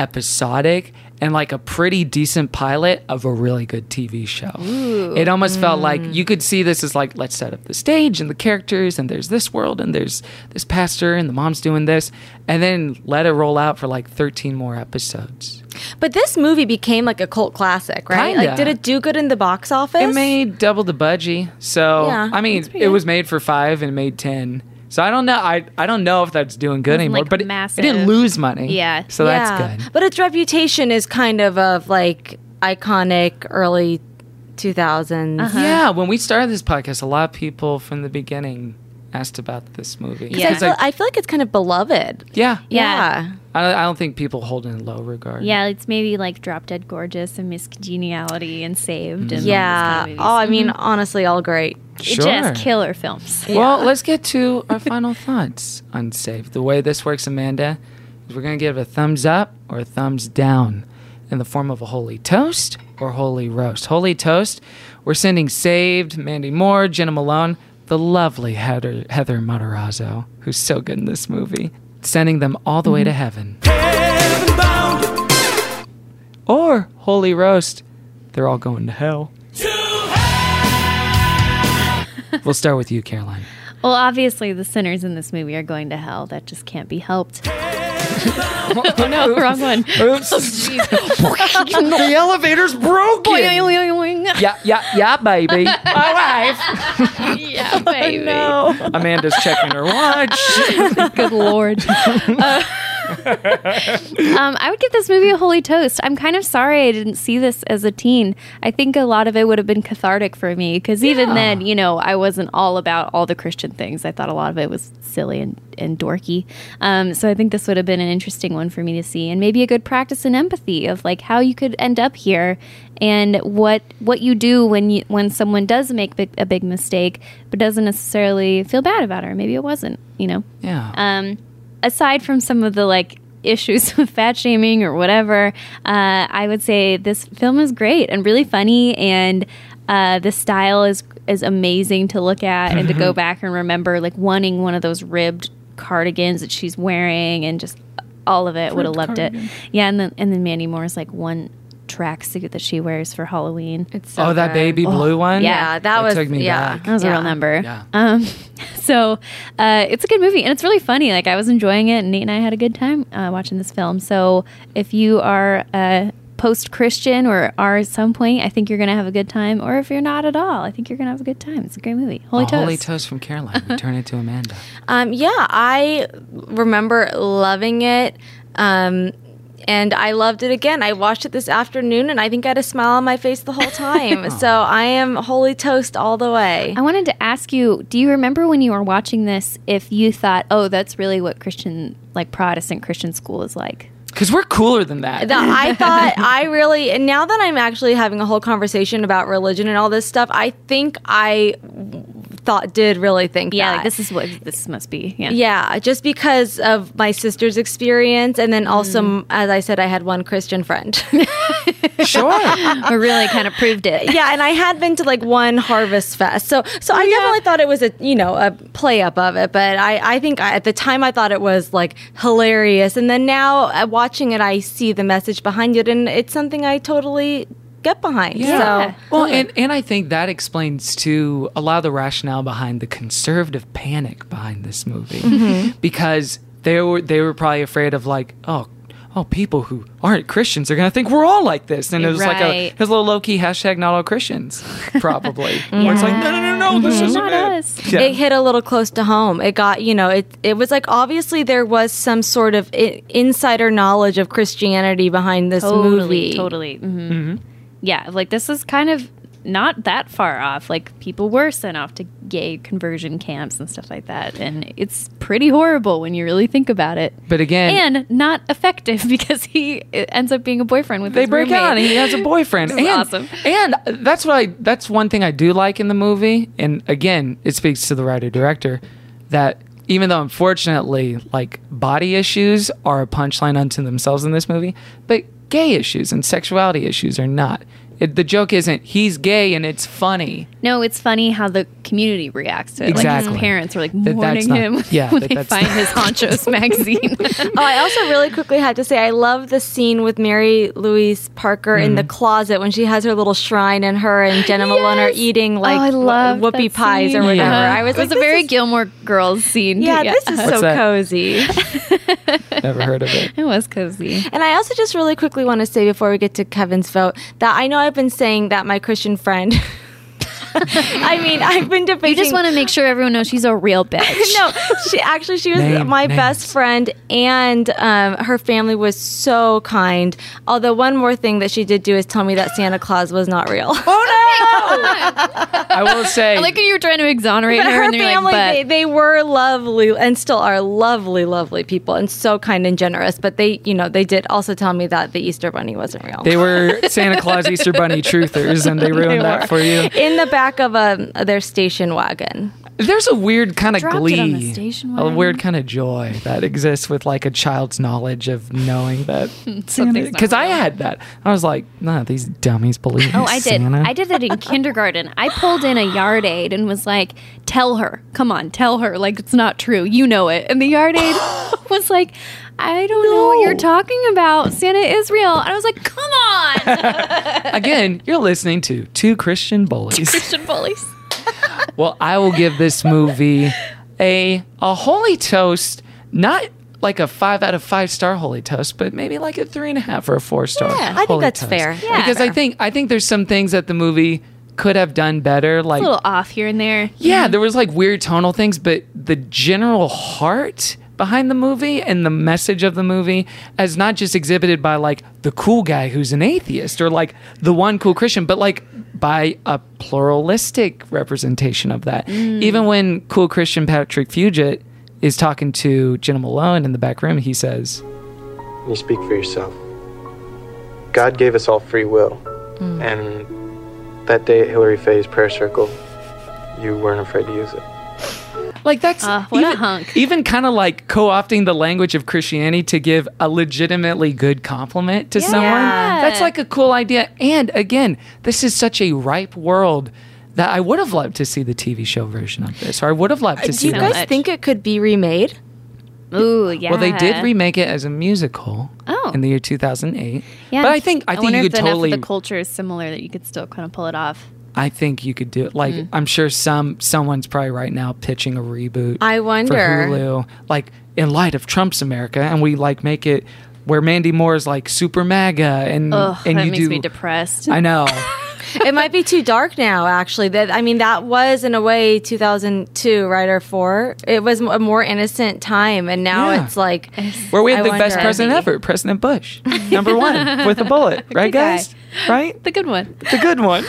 episodic and like a pretty decent pilot of a really good TV show. It almost felt like you could see this as like, let's set up the stage and the characters, and there's this world, and there's this pastor, and the mom's doing this, and then let it roll out for like 13 more episodes.
But this movie became like a cult classic, right?
Kinda.
Like, did it do good in the box office?
It made double the budgie. So
Yeah,
I mean,
that's pretty
it was made for five and made ten. So I don't know. I I don't know if that's doing good anymore.
like,
but it, it
massive.
didn't lose money.
Yeah.
So
Yeah.
that's good.
But its reputation is kind of of like iconic early 2000s.
Yeah. When we started this podcast, a lot of people from the beginning asked about this movie.
Yeah. I,
'Cause
feel,
I,
I feel like it's kind of beloved.
yeah.
Yeah.
I don't, I don't think people hold it in low regard.
Yeah, it's maybe like Drop Dead Gorgeous and Miss Congeniality and Saved and
Yeah.
all those kind of movies. Mm-hmm.
Oh, I mean, honestly, all great.
It just killer films.
Well, let's get to <laughs> our final thoughts on Save. The way this works, Amanda, is we're going to give a thumbs up or a thumbs down in the form of a holy toast or holy roast. Holy toast, we're sending Saved, Mandy Moore, Jenna Malone, the lovely Heather, Heather Matarazzo, who's so good in this movie, sending them all the way to heaven. Or holy roast, they're all going to hell. we'll start with you,
<laughs>
Caroline.
Well, obviously, the sinners in this movie are going to hell. That just can't be <laughs> helped. oh, no, wrong <laughs> one.
the elevator's broken. Yeah, yeah, yeah, baby. <laughs> All right.
<laughs>
<laughs>
yeah, baby. <laughs>
Amanda's checking her watch. <laughs>
Good lord. Uh, um, I would give this movie a holy toast. I'm kind of sorry I didn't see this as a teen. I think a lot of it would have been cathartic for me because even
Yeah.
then, you know, I wasn't all about all the Christian things. I thought a lot of it was silly and, and dorky. Um, so I think this would have been an interesting one for me to see and maybe a good practice in empathy of like how you could end up here and what what you do when you when someone does make big, a big mistake but doesn't necessarily feel bad about her. Maybe it wasn't, you know.
Yeah.
Um, aside from some of the like issues <laughs> with fat shaming or whatever, uh, I would say this film is great and really funny, and uh, the style is is amazing to look at and to
Mm-hmm.
go back and remember, like wanting one of those ribbed cardigans that she's wearing, and just all of it. Would have
Ribbed
loved
cardigan.
it. Yeah, and then and then Mandy Moore's like one tracksuit that she wears for Halloween. It's
oh, that baby blue one?
Yeah, that
was-
took me
yeah.
back.
that was a real
Yeah.
number.
Yeah.
Um, <laughs> so uh, it's a good movie and it's really funny. Like I was enjoying it, and Nate and I had a good time uh, watching this film. So if you are uh, post Christian or are at some point, I think you're going to have a good time. Or if you're not at all, I think you're going to have a good time. It's a great movie. Holy
a
toast.
holy toast from Caroline. We turn it to Amanda.
Um, yeah, I remember loving it. Um, and I loved it again. I watched it this afternoon, and I think I had a smile on my face the whole
<laughs>
time. so <laughs> I am holy toast all the way.
I wanted to ask you, do you remember when you were watching this if you thought, "Oh, that's really what Christian like Protestant Christian school is like?"
Because we're <laughs> cooler than that.
that
<laughs>
I thought I really, and now that I'm actually having a whole conversation about religion and all this stuff, I think I thought did really think
Yeah,
that.
like, this is what this must be. Yeah.
Yeah, just because of my sister's experience, and then also, m as I said, I had one Christian friend.
sure,
<laughs> we really kind of proved it.
Yeah, and I had been to like one Harvest Fest, so so I definitely thought it was a you know a play up of it, but I I think I, at the time I thought it was like hilarious, and then now uh, watching it, I see the message behind it, and it's something I totally get behind. So.
well, and, and I think that explains too a lot of the rationale behind the conservative panic behind this movie,
Mm-hmm.
Mhm.
because they were they were probably afraid of like oh. Oh, people who aren't Christians are gonna think we're all like this, and it was like a
Right.
it was a little low key hashtag not all Christians, probably.
<laughs> Um,
Where it's like no, no, no, no, this
Mm-hmm.
Mhm.
is
Not
us. Yeah.
It hit a little close to home. It got, you know, it it was like obviously there was some sort of i- insider knowledge of Christianity behind this
Totally,
movie.
totally. Mhm.
Mm-hmm.
Yeah, like this is kind of not that far off. Like people were sent off to gay conversion camps and stuff like that, and it's pretty horrible when you really think about it.
But again,
and not effective <laughs> because he uh, ends up being a boyfriend with
they
his
break
roommate.
out and he
<laughs>
has a boyfriend
This
and,
is awesome.
and that's what i that's one thing i do like in the movie and again it speaks to the writer director that even though unfortunately like body issues are a punchline unto themselves in this movie but gay issues and sexuality issues are not it, the joke isn't he's gay and it's funny
No, it's funny how the community reacts to it. Like
Exactly.
his parents are like
That- that's
mourning
not-
him
yeah,
<laughs> when
that-
they
that's
find
not-
his
<laughs>
honchos magazine. oh,
I also really quickly have to say I love the scene with Mary Louise Parker in
Mm-hmm.
the closet when she has her little shrine and her and Jenna Malone are eating like
Oh, I love
wh- whoopie
that
pies or
scene.
whatever.
Uh-huh.
I was
it was
like,
a
this
very
is-
Gilmore Girls scene.
yeah,
too.
this
<laughs>
is
What's
so
that?
cozy.
never heard of it
It was cozy.
And I also just really quickly want to say before we get to Kevin's vote that I know I've been saying that my Christian friend. <laughs> I mean, I've been debating.
You just want to make sure everyone knows she's a
<laughs>
real bitch.
no, she actually she was
Name
my best friend, and um, her family was so kind. Although one more thing that she did do is tell me that Santa Claus was not real.
Oh,
<laughs>
i will say
I like how you were trying to exonerate
But
her,
her
and they're
family,
like,
they, they were lovely and still are lovely, lovely people, and so kind and generous. But they, you know, they did also tell me that the Easter Bunny wasn't real.
they were santa claus easter bunny truthers and they ruined that for you
<laughs> in the back of um, their station wagon.
There's a weird kind of
Dropped it on
glee,
the station
a
wagon.
weird kind of joy that exists with like a child's knowledge of knowing that.
Something's not
Because I had that, I was like, "Nah, these dummies believe."
but oh,
in
I did.
Santa."
I did that in kindergarten. I pulled in a yard aide and was like, "Tell her, come on, tell her, like it's not true. You know it." And the yard aide <laughs> was like, "I don't know what you're talking about. Santa is real." And I was like, "Come on,
<laughs> Again, you're listening to two Christian bullies.
Christian bullies."
<laughs> well, I will give this movie a a holy toast, not like a five out of five star holy toast, but maybe like a three and a half or a four star.
Yeah, I think
holy
that's
toast.
fair. Yeah.
because I think I think there's some things that the movie could have done better,
a
like
little off here and there.
Yeah, there was like weird tonal things, but the general heart behind the movie and the message of the movie as not just exhibited by like the cool guy who's an atheist or like the one cool Christian, but like by a pluralistic representation of that.
Mm.
Even when cool Christian Patrick Fugit is talking to Jenna Malone in the back room, he says,
You speak for yourself. God gave us all free will. And that day at Hillary Faye's prayer circle, you weren't afraid to use it.
Like that's
Uh, what
even,
a
<laughs>
hunk.
Even kind of like co-opting the language of Christianity to give a legitimately good compliment to someone.
Yeah.
That's like a cool idea. And again, this is such a ripe world that I would have loved to see the TV show version of this, or I would have loved to
Uh, Do
see.
you
the-
guys think it could be remade?
Ooh, yeah.
Well, they did remake it as a musical
Oh.
in the year 2008.
Yeah,
but I think I think
wonder
you could
if enough
totally
of the culture is similar that you could still kind of pull it off.
I think you could do it. Like
Mm.
I'm sure some someone's probably right now pitching a reboot.
I wonder.
for Hulu, like in light of Trump's America, and we like make it where Mandy Moore is like super MAGA, and
Ugh,
Mm, and
that
you
makes
do.
me depressed.
I know.
<laughs> it might be too dark now. Actually, that I mean, that was in a way 2002, right or four. It was a more innocent time, and now
Yeah.
it's like
Where
<laughs>
we had
I
the best
wonder.
president ever, President Bush, number one with a
<laughs>
bullet, right,
guy.
guys? Right,
the good one,
the good one.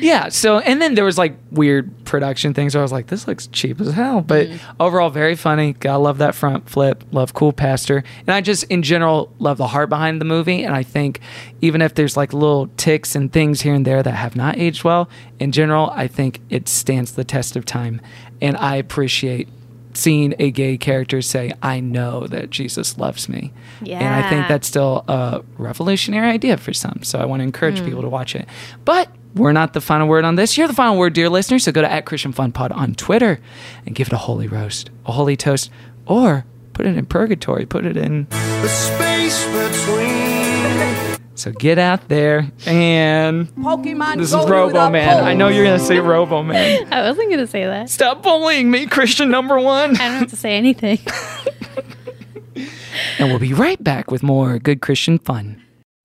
yeah. So, and then there was like weird production things. Where I was like, this looks cheap as hell, but overall very funny. Gotta love that front flip. Love cool pastor, and I just in general love the heart behind the movie. And I think even if there's like little ticks and things here and there that have not aged well, in general, I think it stands the test of time, and I appreciate seeing a gay character say, I know that Jesus loves me. And I think
Yeah.
that's still a revolutionary idea for some. So I want to encourage
Mm.
people to watch it. But we're not the final word on this. You're the final word, dear listener. So go to at Christian Fun Pod on Twitter and give it a holy roast, a holy toast, or put it in purgatory, put it in.
The space between.
So get out there and.
Pokemon.
This is Robo Man. I know you're going to say Robo Man.
<laughs> I wasn't gonna say that.
Stop bullying me, Christian number one. I
don't have to
<laughs>
say anything.
And we'll be right back with more good Christian fun.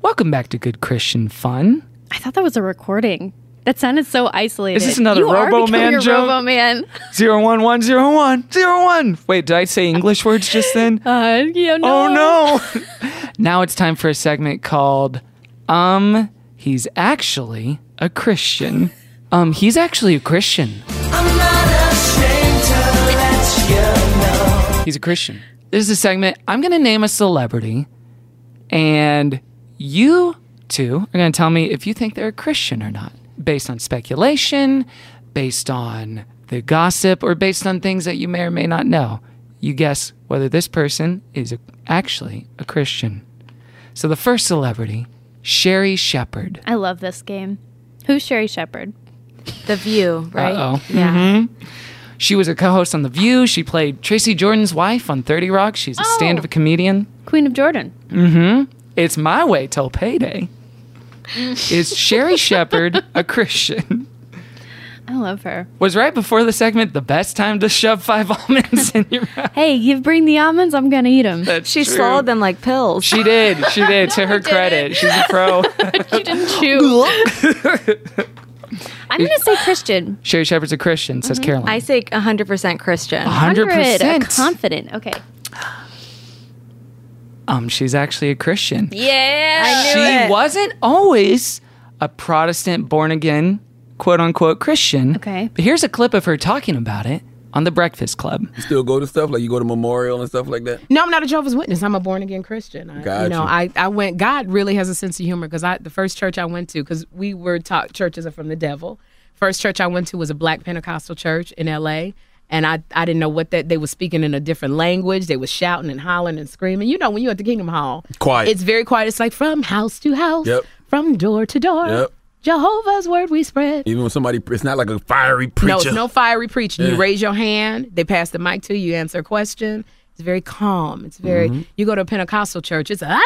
Welcome back to Good Christian Fun.
I thought that was a recording. That sounded so isolated.
Is this another
you are
Robo
becoming
Man
a
joke?
Robo Man.
01100101. Wait, did I say English words just then?
Uh, yeah,
no. Oh no. <laughs> now it's time for a segment called Um, he's actually a Christian. Um, he's actually a Christian.
I'm not ashamed to let you know.
He's a Christian. This is a segment. I'm going to name a celebrity, and you two are going to tell me if you think they're a Christian or not, based on speculation, based on the gossip, or based on things that you may or may not know. You guess whether this person is a, actually a Christian. So the first celebrity, Sherry Shepard.
I love this game. Who's Sherry Mm-hmm. Shepard? The View, right?
Uh-oh.
Yeah.
Mhm. She was a co-host on The View. She played Tracy Jordan's wife on 30 Rock. She's a
Oh.
stand-up comedian.
Queen of Jordan.
Mm-hmm. It's my way till payday. Is Sherry Shepard a Christian?
I love her.
Was right before the segment the best time to shove five almonds in your mouth?
Hey, you bring the almonds, I'm gonna eat them.
That's She true. swallowed
them like pills.
She did. She
<laughs>
did. To her credit, she's a
<laughs>
pro.
she didn't chew.
I'm gonna say Christian.
Sherry Shepard's a Christian,
Mm-hmm.
says Caroline.
I say 100% Christian.
100%. 100%.
confident. Okay.
Um, she's actually a Christian.
Yeah.
I
she
knew it.
wasn't always a Protestant born again, quote unquote Christian.
Okay.
But here's a clip of her talking about it on The Breakfast Club.
You still go to stuff like you go to memorial and stuff like that.
No, I'm not a Jehovah's Witness. I'm a born again Christian. I,
Gotcha.
You know, I, I went. God really has a sense of humor because I the first church I went to because we were taught churches are from the devil. First church I went to was a Black Pentecostal church in L.A. And I, I didn't know what that they were speaking in a different language. They were shouting and hollering and screaming. You know, when you're at the Kingdom Hall,
Quiet.
It's very quiet. It's like from house to house,
Yep.
from door to door.
Yep.
Jehovah's word we spread.
Even when somebody, it's not like a fiery preacher.
No, it's no fiery preaching. You
Yeah.
raise your hand, they pass the mic to you, you answer a question. It's very calm. It's very.
Mhm.
You go to a Pentecostal church, it's. a-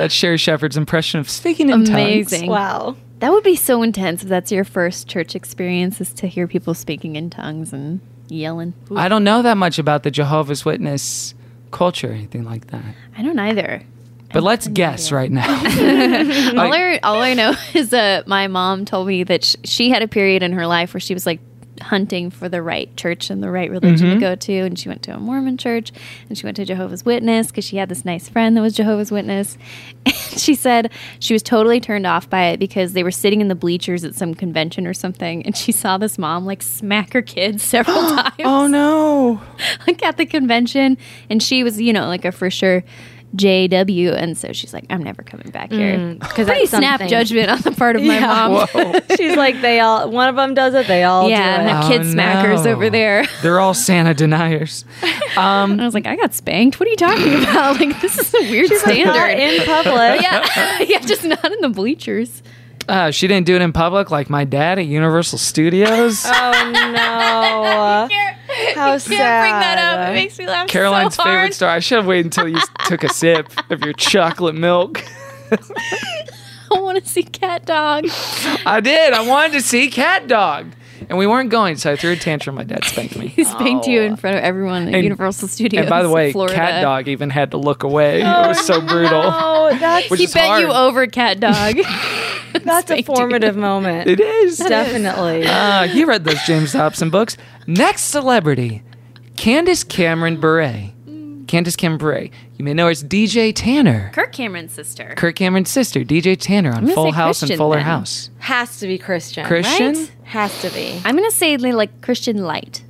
That's Sherry Shepherd's impression of speaking in tongues.
Amazing. Wow. That would be so intense if that's your first church experience is to hear people speaking in tongues and yelling.
I don't know that much about the Jehovah's Witness culture or anything like that.
I don't either.
But let's guess right now. <laughs>
<laughs> all, I, all I know <laughs> is that my mom told me that sh- she had a period in her life where she was like hunting for the right church and the right religion
Mhm.
to go to. And she went to a Mormon church and she went to Jehovah's Witness because she had this nice friend that was Jehovah's Witness. <laughs> And she said she was totally turned off by it because they were sitting in the bleachers at some convention or something. And she saw this mom like smack her kids <laughs> several times. Oh
no.
<laughs> like at the convention. And she was, you know, like a for sure. JW, and so she's like, I'm never coming back here. <laughs>
Mm, 'cause
Pretty
that's
snap
something.
<laughs> judgment on the part of my
Yeah.
mom.
<laughs> She's like, they all, one of them does it, they all
Yeah,
do it.
and have kid
Oh,
smackers over
<laughs>
there.
They're all Santa deniers. Um,
I was like, I got spanked. What are you talking <laughs> about? Like, this is a weird
She's like,
standard
"Not in public."
<laughs> yeah, yeah, just not in the bleachers.
Uh, she didn't do it in public like my dad at Universal
<laughs>
Studios.
Oh no! <laughs> How sad.
bring that up. It makes me laugh.
Caroline's favorite star. I should have waited until you s- took a sip of your chocolate milk.
<laughs>
<laughs>
I want to see cat dog.
I did. I wanted to see Cat Dog. And we weren't going, so I threw a tantrum. My dad spanked me.
<laughs>
Oh.
He spanked you
Oh.
in front of everyone at
And-
Universal Studios.
And by the way,
in Florida.
Cat Dog even had to look away. it was so brutal.
<laughs> Oh, that's
Which
he
is
bent you
hard.
over,
<laughs>
cat dog.
that's a formative moment.
It is.
definitely.
Ah, you read those James Dobson books. Next celebrity, Candace Cameron Bure. Candace Cameron Bure. You may know her as DJ Tanner.
Kirk Cameron's sister.
Kirk Cameron's sister, DJ Tanner
I'm
on
gonna
Full
say
House
Christian
and Fuller
then.
House.
Has to be Christian.
Christian?
right? Has to be.
I'm gonna say they like Christian light.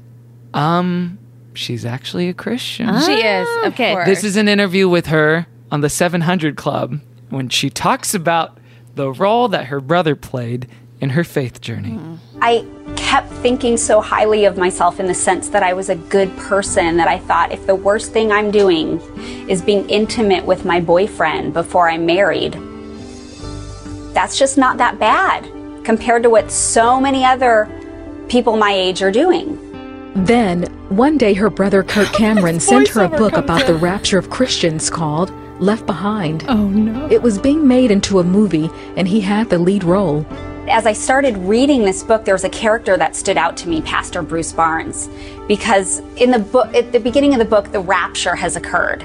Um, she's actually a Christian.
She is. Of
Ah, okay.
course.
This is an interview with her on the 700 Club when she talks about the role that her brother played in her faith journey.
Hmm.
I kept thinking so highly of myself in the sense that I was a good person that I thought if the worst thing I'm doing is being intimate with my boyfriend before I'm married, that's just not that bad compared to what so many other people my age are doing.
Then, one day her brother <laughs> Kirk Cameron sent her a book about the rapture of Christians called Left Behind. Oh no. It was being made into a movie and he had the lead role.
As I started reading this book, there was a character that stood out to me, Pastor Bruce Barnes, because in the book, at the beginning of the book, the rapture has occurred,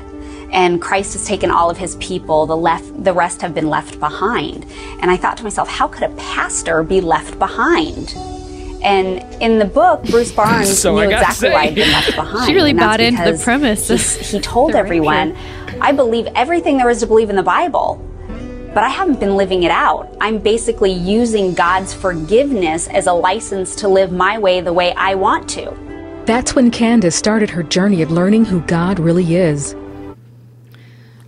and Christ has taken all of His people. The left, the rest have been left behind. And I thought to myself, how could a pastor be left behind? And in the book, Bruce Barnes
<laughs> So I
knew
got
exactly why he'd been
saved.
left behind.
<laughs> She really
and that's
bought into the
because
premise.
He, he told
The
everyone, I believe everything there is to believe in the Bible but I haven't been living it out. I'm basically using God's forgiveness as a license to live my way the way I want to.
That's when Candace started her journey of learning who God really is.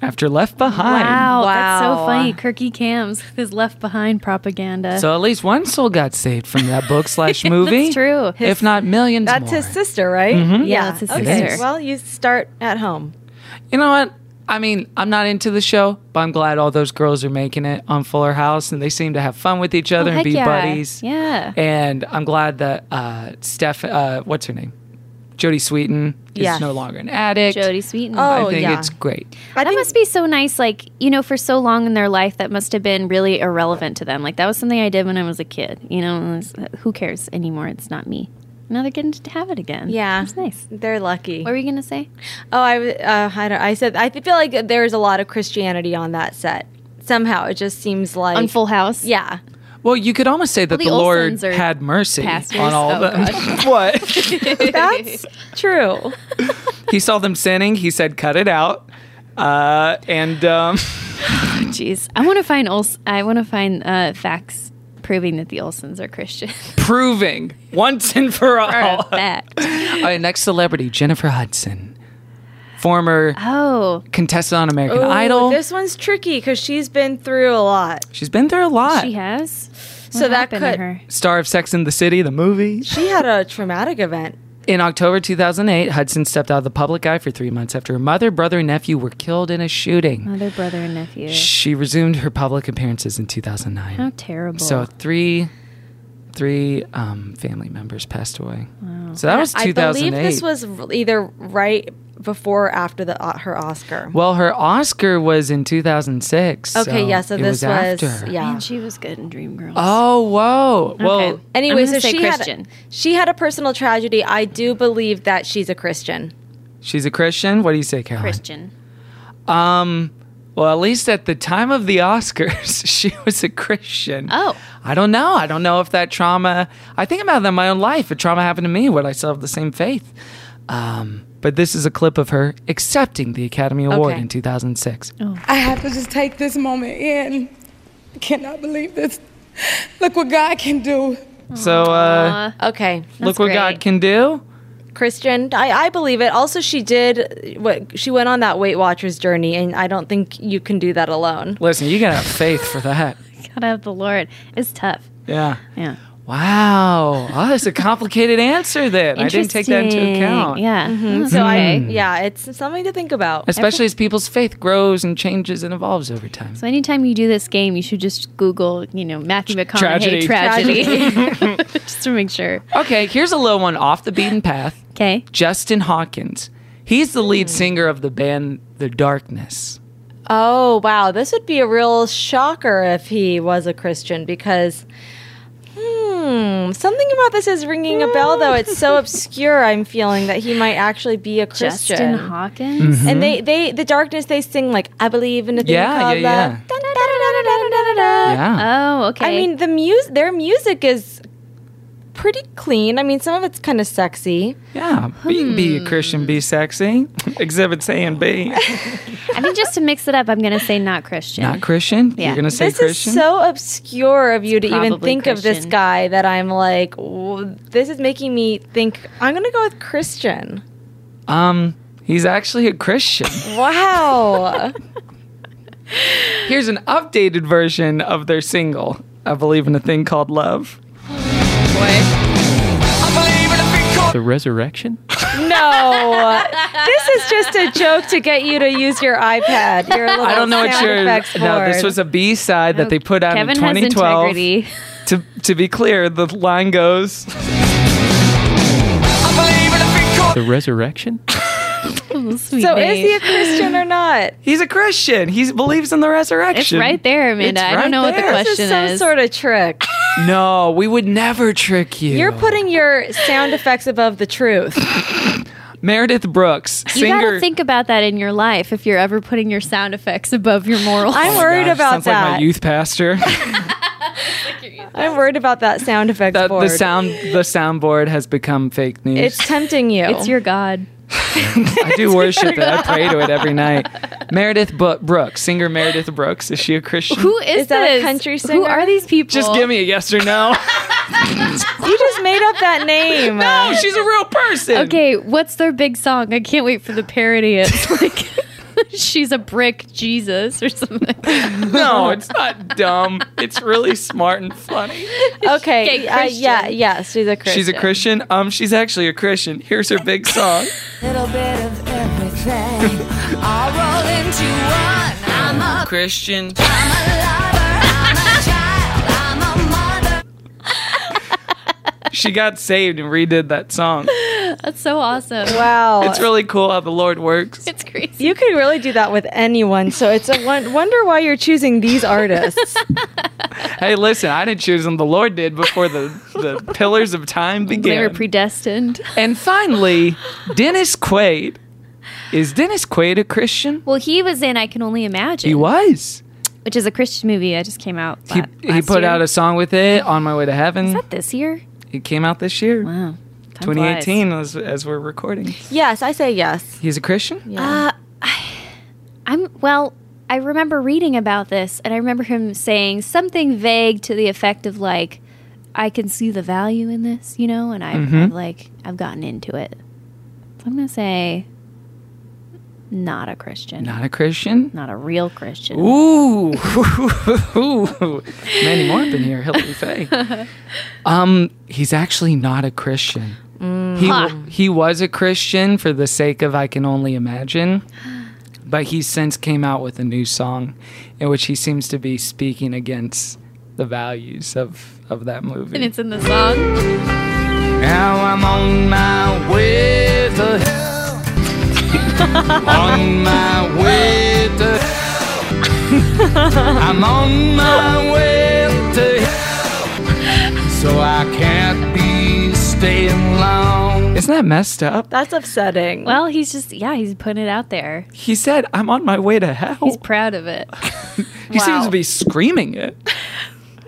After Left Behind.
Wow, that's so
Wow.
funny. Kirky Cams <laughs> with his left behind propaganda.
So at least one soul got saved from that
<laughs>
book slash movie.
That's true.
If not millions
That's
more.
his sister, right?
Mhm.
Yeah,
Yeah, it's his
okay.
sister.
Well, you start at home.
You know what? I mean, I'm not into the show, but I'm glad all those girls are making it on Fuller House and they seem to have fun with each other and
Oh, heck
be
yeah.
buddies.
Yeah.
And I'm glad that uh, Steph, uh, what's her name? Jodie Sweetin
Yes.
is no longer an addict.
Jodie Sweetin.
I
Oh,
think
yeah.
it's great.
that must be so nice. Like, you know, for so long in their life, that must have been really irrelevant to them. Like, that was something I did when I was a kid. You know, and it was, uh, who cares anymore? It's not me. Now they're getting to have it again.
Yeah,
<sighs> It's nice.
They're lucky. What
were you gonna say?
Oh, I w- uh, I don't. I said I feel like there's a lot of Christianity on that set. Somehow, it just seems like
On Full House.
Yeah,
Well, you could almost say that
Well,
the,
the
Lord
Olsons are
had mercy
pastors.
on all
Oh,
of them. <laughs> what?
<laughs>
that's true.
he saw them sinning. He said, cut it out. Uh, and um, <laughs>
Jeez, I want to find also. I want to find uh, facts proving that the Olsons are Christian. <laughs>
Proving once and for all.
For a fact.
<laughs> all right, next celebrity Jennifer Hudson, former
oh
contestant on American
Ooh,
Idol.
This one's tricky because she's been through a lot.
She's been through a lot.
She has.
So that could.
Star of Sex and the City, the movie.
She had a traumatic event.
In October 2008, Hudson stepped out of the public eye for three months after her mother, brother, and nephew were killed in a shooting.
Mother, brother, and nephew.
She resumed her public appearances in 2009.
How terrible.
So three, three um, family members passed away. So that
And
was
I
2008.
believe this was r- either right before or after the uh, her Oscar.
well, her Oscar was in 2006.
Okay,
so
yeah. So
it
this was,
after. her.
yeah.
And she was good in Dreamgirls.
Oh, whoa. Well,
anyway,
I'm
so
gonna say
she
Christian.
had she had a personal tragedy. I do believe that she's a Christian.
she's a Christian. What do you say, Caroline?
Christian.
Um, well, at least at the time of the Oscars, <laughs> she was a Christian.
Oh.
I don't know. I don't know if that trauma. I think about that in my own life. If trauma happened to me, would I still have the same faith? Um, but this is a clip of her accepting the Academy Award
Okay.
in 2006.
Oh. I have to just take this moment in. I cannot believe this. Look what God can do.
So, uh,
Okay.
look what God can do.
Christian, I, I believe it. Also, she did what she went on that Weight Watchers journey, and I don't think you can do that alone.
Listen, you gotta have faith for that.
Gotta have the Lord. It's tough.
Yeah.
Yeah.
Wow. Oh, that's a complicated answer then. I didn't take that into
Interesting.
account. Hmm.
Yeah. mm-hmm.
Mhm. So I, yeah, it's something to think about.
Especially as people's faith grows and changes and evolves over time.
So anytime you do this game, you should just Google, you know, Matthew
Tragedy.
McConaughey
<laughs>
tragedy, <laughs> just to make sure.
Okay, here's a little one off the beaten path.
Okay.
Justin Hawkins. He's the lead singer of the band The Darkness.
Oh, wow. This would be a real shocker if he was a Christian because, hmm, something about this is ringing a bell, though. It's so obscure, I'm feeling that he might actually be a Christian.
Justin Hawkins?
And they, they, the darkness, they sing like, I believe in a thing
Yeah,
called
yeah,
love.
yeah.
Da-da-da-da-da-da-da-da.
Yeah.
Oh, okay.
I mean, the music, their music is pretty clean. I mean, some of it's kind of sexy.
Yeah, be, be a Christian, be sexy. Exhibits A and B.
I think just to mix it up, I'm gonna say not Christian.
Not Christian? You're
Yeah.
going to say
this
Christian?
is so obscure of you to even
probably
think of this
Christian.
guy that I'm like, "Whoa, this is making me think I'm gonna go with Christian.
um, he's actually a Christian. <laughs>
Wow.
Here's an updated version of their single, I Believe in a Thing Called Love.
The resurrection?
no, this is just a joke to get you to use your iPad. Your little
I don't know what
sound
you're.
effects
No, this
board.
was a B side that they put out
Kevin
in
has
2012.
integrity.
To, to be clear, the line goes.
The resurrection?
Sweet
So
name.
is he a Christian or not?
He's a Christian. He believes in the
It's
resurrection.
right there, Amanda.
It's
I
right
don't know what the
there.
question
This is some sort of trick.
No, we would never trick you.
You're putting your sound effects above the truth.
Meredith Brooks,
You
singer.
gotta think about that in your life if you're ever putting your sound effects above your morals.
I'm worried
Oh Gosh,
about
sounds like
that.
my youth
<laughs>
pastor.
I'm worried about that sound effects
the, the
board.
sound the soundboard has become fake news.
It's tempting you.
It's your God.
<laughs> I do
<laughs>
worship it. I pray to it every night. Meredith Bu- Brooks, singer Meredith Brooks, is she a Christian?
Who is,
Is that a
this?
country
Who
singer?
are these people?
Just
<laughs>
give me a yes or
<laughs>
no.
You just made up that name.
no, she's a real person.
Okay, what's their big song? I can't wait for the
<laughs>
parody. It's like <laughs> she's a brick Jesus or
<laughs>
something.
<laughs> No, it's not dumb. It's really smart and funny.
<laughs> Okay.
Okay,
uh, yeah.
Christian.
Yes, she's a Christian.
She's a Christian. Um, she's actually a Christian. Here's her big song.
Little bit of everything. I'll roll into one. I'm a
Christian. She got saved and redid that song.
<laughs> That's so awesome.
Wow.
It's really cool how the Lord works.
<laughs> It's crazy.
you could really do that with anyone. So it's a won- wonder why you're choosing these artists.
Hey, listen, I didn't choose them. The Lord did before the, the pillars of time
They were
began.
predestined.
and finally, Dennis Quaid. Is Dennis Quaid a Christian?
Well, he was in I Can Only Imagine,
He was.
which is a Christian movie that just came out.
He,
la-
he
last
put
year.
out a song with it, On My Way to Heaven.
Is that this year?
It came out this year.
Wow. Time
2018 as, as we're recording.
yes, I say yes.
He's a Christian?
Uh, I, Uh, I'm well. I remember reading about this and I remember him saying something vague to the effect of like, I can see the value in this, you know, and I've,
Mm-hmm.
Mhm.
I've like I've gotten into it. So I'm gonna say not a Christian.
Not a Christian?
Not a real Christian.
Ooh.
<laughs>
Ooh. Manny Moore up in here, Hillary
<laughs>
Faye. Um, he's actually not a Christian. He,
Mm. Ha.
wa- he was a Christian for the sake of I Can Only Imagine, but he since came out with a new song in which he seems to be speaking against the values of, of that
<laughs>
movie.
And it's in the song.
Now I'm on my way to
<laughs>
hell. on my way to hell. I'm on my way to hell. So I can't be staying long. Isn't that messed up?
That's upsetting.
Well, he's just yeah, he's putting it out there.
He said, I'm on my way to hell.
Oh.
He's proud
<laughs>
of it.
He seems to be screaming it.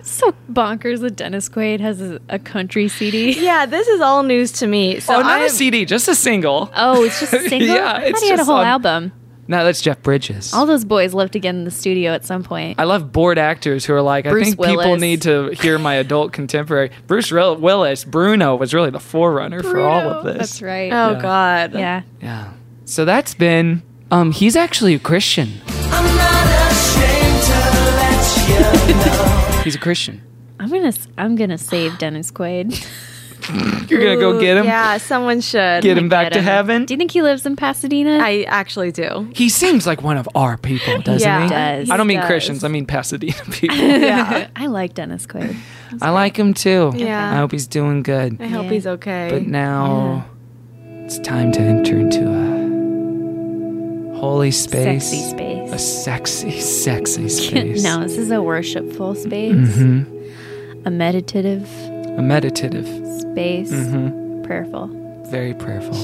so bonkers that Dennis Quaid has a, a country CD.
Yeah, this is all news to me. So
oh, not
I've-
a CD, just a single.
Oh, it's
<laughs>
just a single.
Yeah,
I
it's
thought he had a
just
whole
on-
album.
No, that's Jeff Bridges.
All those boys lived again in the studio at some point.
I love bored actors who are like, I
Bruce
think people
Willis.
need to hear my adult contemporary. Bruce Rel- Willis, Bruno was really the forerunner for all of this.
<laughs> That's right.
Oh
Yeah.
God.
Yeah.
Yeah. So that's been. Um, he's actually a Christian. <laughs> He's a Christian.
I'm gonna s- I'm gonna save Dennis Quaid.
<laughs> You're gonna go get him.
Yeah, someone should
Get him back to heaven.
Do you think he lives in Pasadena?
I actually
<laughs>
do.
He seems like one of our people, doesn't
Yeah,
he?
he does.
I don't mean
He does.
Christians. I mean
<laughs>
Pasadena people.
Yeah.
I like Dennis Quaid.
I like him too.
Yeah.
I hope he's doing good.
I hope he's okay.
But now it's time to enter into a holy space.
Sexy space.
A sexy,
<laughs>
sexy space.
no, this is a worshipful space,
Mhm.
a meditative
A meditative.
space,
Mhm.
prayerful.
Very prayerful.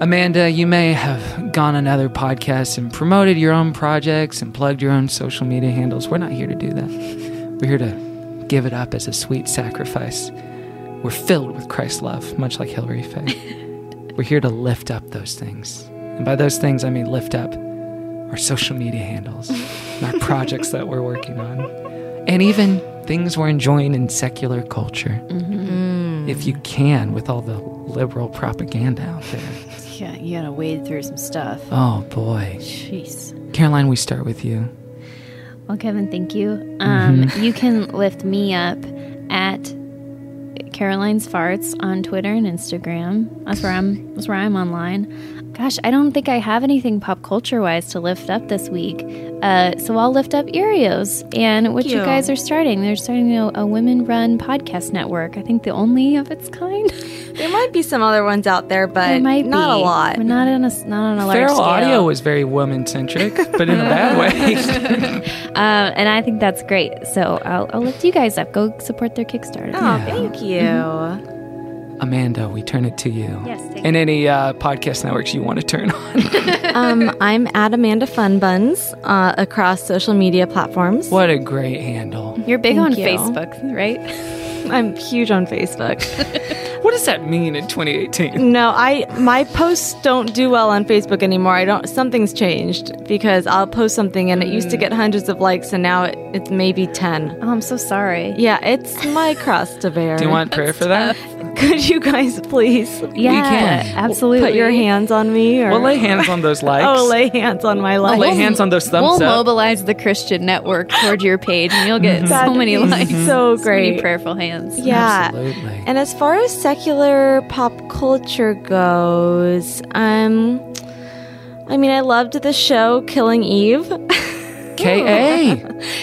Amanda, you may have gone on other podcasts and promoted your own projects and plugged your own social media handles. We're not here to do that. We're here to give it up as a sweet sacrifice. We're filled with Christ's love, much like Hillary Faye. We're here to lift up those things. And by those things, I mean lift up our social media handles, and our projects that we're working on, and even things we're enjoying in secular culture
Mm-hmm.
if you can with all the liberal propaganda out there.
Yeah, you gotta wade through some stuff.
Oh boy.
Jeez.
Caroline, we start with you.
Well, Kevin,
<laughs>
thank you. Um,
Mhm.
You can lift me up at Caroline's Farts on Twitter and Instagram. That's where I'm. That's where I'm online. Gosh, I don't think I have anything pop culture wise to lift up this week. Uh, so I'll lift up Erios and what you.
you.
guys are starting. They're starting a, a women-run podcast network. I think the only of its kind.
There might be some other ones out there, but
There might
not a
be.
lot.
We're not on a s- not on a large
Feral
scale.
audio was very woman centric, but in a
<laughs>
bad way.
Um, and I think that's great. So I'll, I'll lift you guys up. Go support their Kickstarter.
Oh, thank you.
Mm-hmm.
Amanda, we turn it to you.
Yes, thank
And any uh, podcast networks you want to turn
<laughs>
on.
<laughs> um, I'm at Amanda Fun Buns uh, across social media platforms.
What a great handle.
You're big
Thank
on
you.
Facebook, right?
I'm huge on Facebook.
What does that mean in 2018?
no, I my posts don't do well on Facebook anymore. I don't. Something's changed because I'll post something and it used to get hundreds of likes and now it, it's maybe ten.
Oh, I'm so sorry.
Yeah, it's my cross to bear.
Do you want prayer for that?
<laughs> Could you guys please?
Yeah,
can.
absolutely.
Put your hands on me, or
We'll lay hands on
<laughs>
those likes.
Oh, lay hands on my
I'll
life.
lay hands on those thumbs
we'll
up. Mm-hmm.
mobilize the Christian network toward your page, and you'll get so
That'd
many
be
likes.
so
many
great.
prayerful hands.
Yeah. And as far as secular pop culture goes, um, I mean, I loved the show Killing Eve. <laughs>
K.A.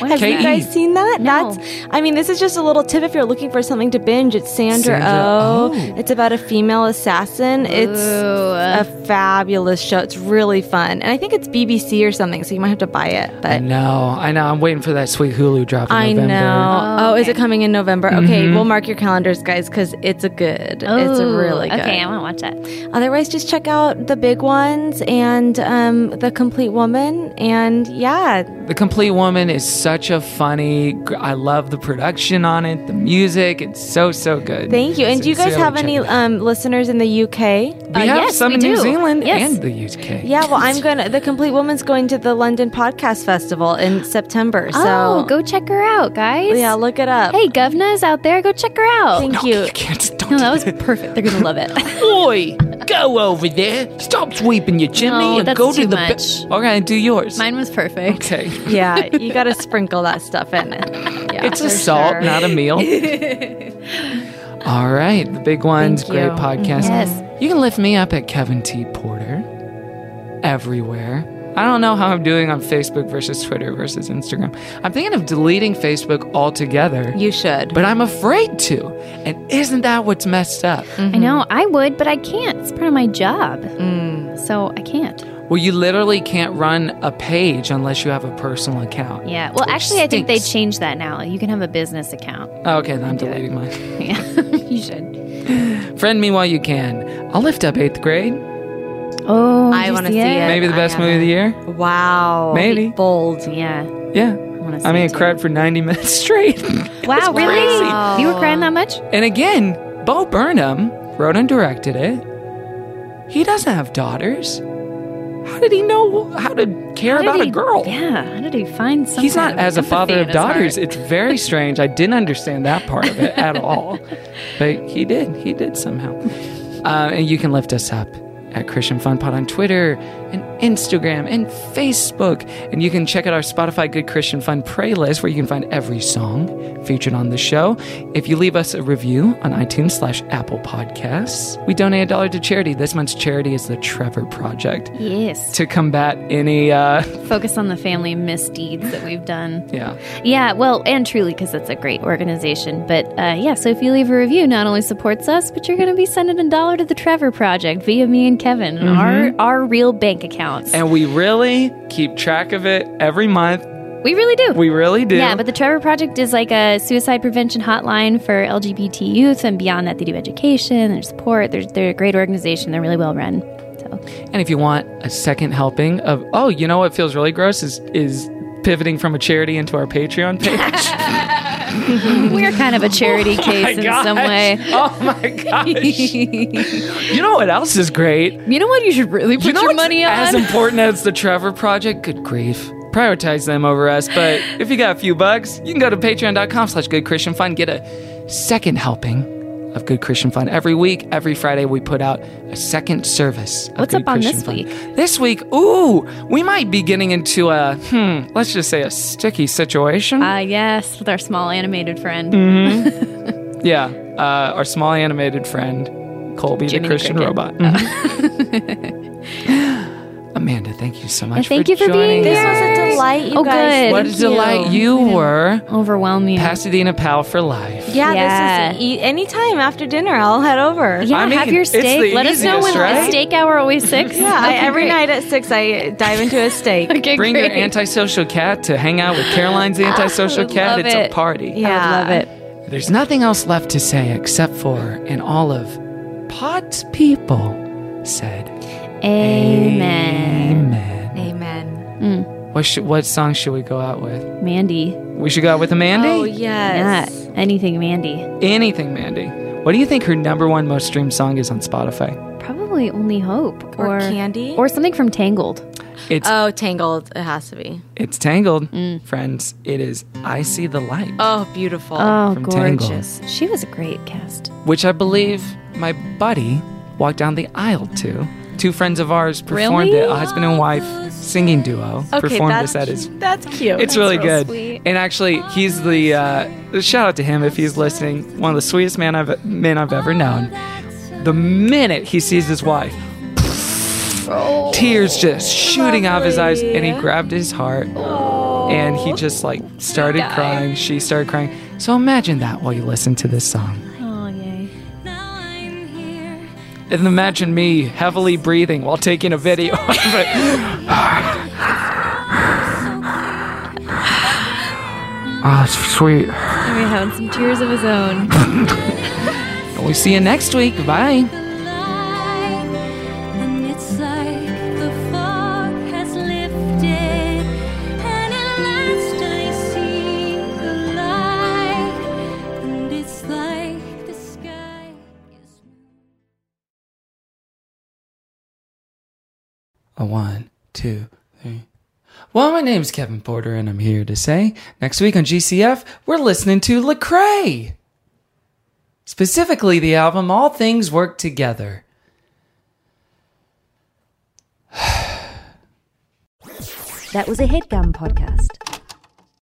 Have you
K.E..
guys seen that? That's. I mean, this is just a little tip if you're looking for something to binge. It's Sandra,
Sandra
Oh.
Oh.
It's about a female assassin. It's a fabulous show. It's really fun, and I think it's BBC or something, so you might have to buy it. But
I know, I know. I'm waiting for that sweet Hulu drop in
I
November.
know. Oh, is it coming in November? Okay,
Mhm.
we'll mark your calendars, guys, because it's a good. it's a
Ooh,
really good.
okay, I wanna watch that.
Otherwise, just check out the big ones and um, the Complete Woman, and yeah,
The Complete Woman is such a funny. gr- I love the production on it, the music. It's so so good.
Thank you. And do you guys
Sincerely
have
check
any
it out.
um, listeners in the Uh, UK?
We have some in New Zealand and the UK.
Yeah,
<laughs>
well, I'm gonna. The Complete Woman's going to the London Podcast Festival in September. So
oh, go check her out, guys.
Yeah, look it up.
Hey, govnas out there, go check her out. Thank
you.
no, that was perfect. They're gonna love it.
Oi, go over there. Stop sweeping your chimney
No,
and
that's
go to
too
the.
much.
okay, do yours.
Mine was perfect.
Okay.
<laughs> yeah, you got to sprinkle that
<laughs>
stuff in. Yeah,
It's a
for
salt,
sure.
not a
<laughs>
meal. All right, the big ones, great
you.
podcast.
Yes.
You can lift me up at Kevin T. Porter everywhere. I don't know how I'm doing on Facebook versus Twitter versus Instagram. I'm thinking of deleting Facebook altogether.
You should.
But I'm afraid to. And isn't that what's Mm-hmm. messed up?
I know. Mm-hmm. I would, but I can't. It's part of my job, so I can't.
Well, you literally can't run a page unless you have a personal account.
Yeah. Well, actually, I think they changed that now. You can have a business account.
Okay, then I'm deleting mine.
<laughs>
<laughs>
you should.
Friend me while you can. I'll lift up eighth grade.
Oh,
I want to see it.
Maybe the
I
best movie of the year.
Wow.
Maybe.
Bold.
Yeah.
Yeah.
wanna
I
see
mean,
it
it cried for 90 <laughs> minutes straight.
Wow,
It's
really?
crazy.
You were crying that much?
and again, Bo Burnham wrote and directed it. He doesn't have daughters. How did he know how to care
How did
about a
he-
girl?
Yeah. How did he find something?
He's not as a father of daughters. It's very strange. I didn't understand that part of it at all. But he did. He did somehow. Uh, and you can lift us up at Christian Fun Pod on Twitter and Instagram and Facebook. And you can check out our Spotify Good Christian Fun Pray list where you can find every song featured on the show. If you leave us a review on iTunes slash Apple Podcasts, we donate a dollar to charity. This month's charity is the Trevor Project
Yes.
to combat any, uh, <laughs>
Focus on the family misdeeds that we've done.
yeah.
Yeah, well, and truly, because it's a great organization. But uh, yeah, so if you leave a review, not only supports us, but you're going to be sending a dollar to the Trevor Project via me and Kevin, and
Mhm.
our our real bank accounts.
And we really keep track of it every month.
we really do.
We really do.
Yeah, but the Trevor Project is like a suicide prevention hotline for LGBT youth, and beyond that, they do education, there's support, they're, they're a great organization, they're really well run.
and if you want a second helping of oh, you know what feels really gross is is pivoting from a charity into our Patreon page.
<laughs> We're kind of a charity
<laughs> Oh my
case in some
gosh.
way.
<laughs> Oh my gosh. you know what else is great?
<laughs> You know what you should really put
you know
your
what's
money on?
as important as the Trevor Project? Good grief. Prioritize them over us,
<laughs>
but if you got a few bucks, you can go to patreon.com slash good Christian fun, get a second helping of Good Christian Fun. Every week, every Friday, we put out a second service. Of
What's
Good
up on
Christian
this
Fun.
week?
This week, ooh, we might be getting into a, hmm, let's just say a sticky situation.
Ah, yes, with our small animated friend. <laughs>
Mhm. yeah, uh, our small animated friend, Colby
Jiminy
the Christian
Cricket. Uh.
Robot.
<laughs>
Mhm. <laughs> Amanda, thank you so much.
And thank you for
joining
being
us.
here.
delight, you
oh,
guys.
good.
What a delight you were.
Overwhelm you.
Pasadena pal for life.
Yeah,
Yeah.
this is e- anytime after dinner. I'll head over.
Yeah,
I mean,
have your
it's the
steak. Let us know
easiest,
when
right?
the steak hour
<laughs>
always six.
Yeah, I,
Okay,
every
great.
night at six, I dive into a steak. okay,
Bring your antisocial cat to hang out with
<laughs>
Caroline's antisocial cat.
love
It's
it.
a party.
Yeah, I would love it.
There's nothing else left to say except for, and all of Pot's people said,
Amen.
Amen.
Amen.
Mm.
What, should, what song should we go out with?
Mandy.
We should go out with a Mandy?
Oh yes.
Yeah, anything Mandy.
Anything, Mandy. What do you think her number one most streamed song is on Spotify?
Probably Only Hope
Or
or,
Candy?
or something from Tangled.
It's
Oh, Tangled. It has to be.
it's Tangled,
mm.
friends. It is I See the Light,
Oh, beautiful.
Oh,
From Tangled.
gorgeous. She was a great cast.
which I believe my buddy walked down the aisle to. Two friends of ours performed
Really?
it, a husband and wife singing duo performed this at his
that's cute.
It's really good. And actually, he's the uh, shout out to him if he's listening. One of the sweetest man I've men I've ever known. The minute he sees his wife,
Oh.
tears just shooting out of his eyes, and he grabbed his heart, and
Oh.
he just like started crying. She started crying. So imagine that while you listen to this song.
Oh, yay.
And imagine me heavily breathing while taking a <laughs> video <sighs> of it. Ah, it's sweet.
And we having some tears of his own.
<laughs> And we see you next week. Bye.
And it's like the fog has lifted, and it
A one, two, three. Well, my name's Kevin Porter, and I'm here to say next week on GCF, we're listening to Lecrae. Specifically, the album All Things Work Together.
That was a headgum podcast.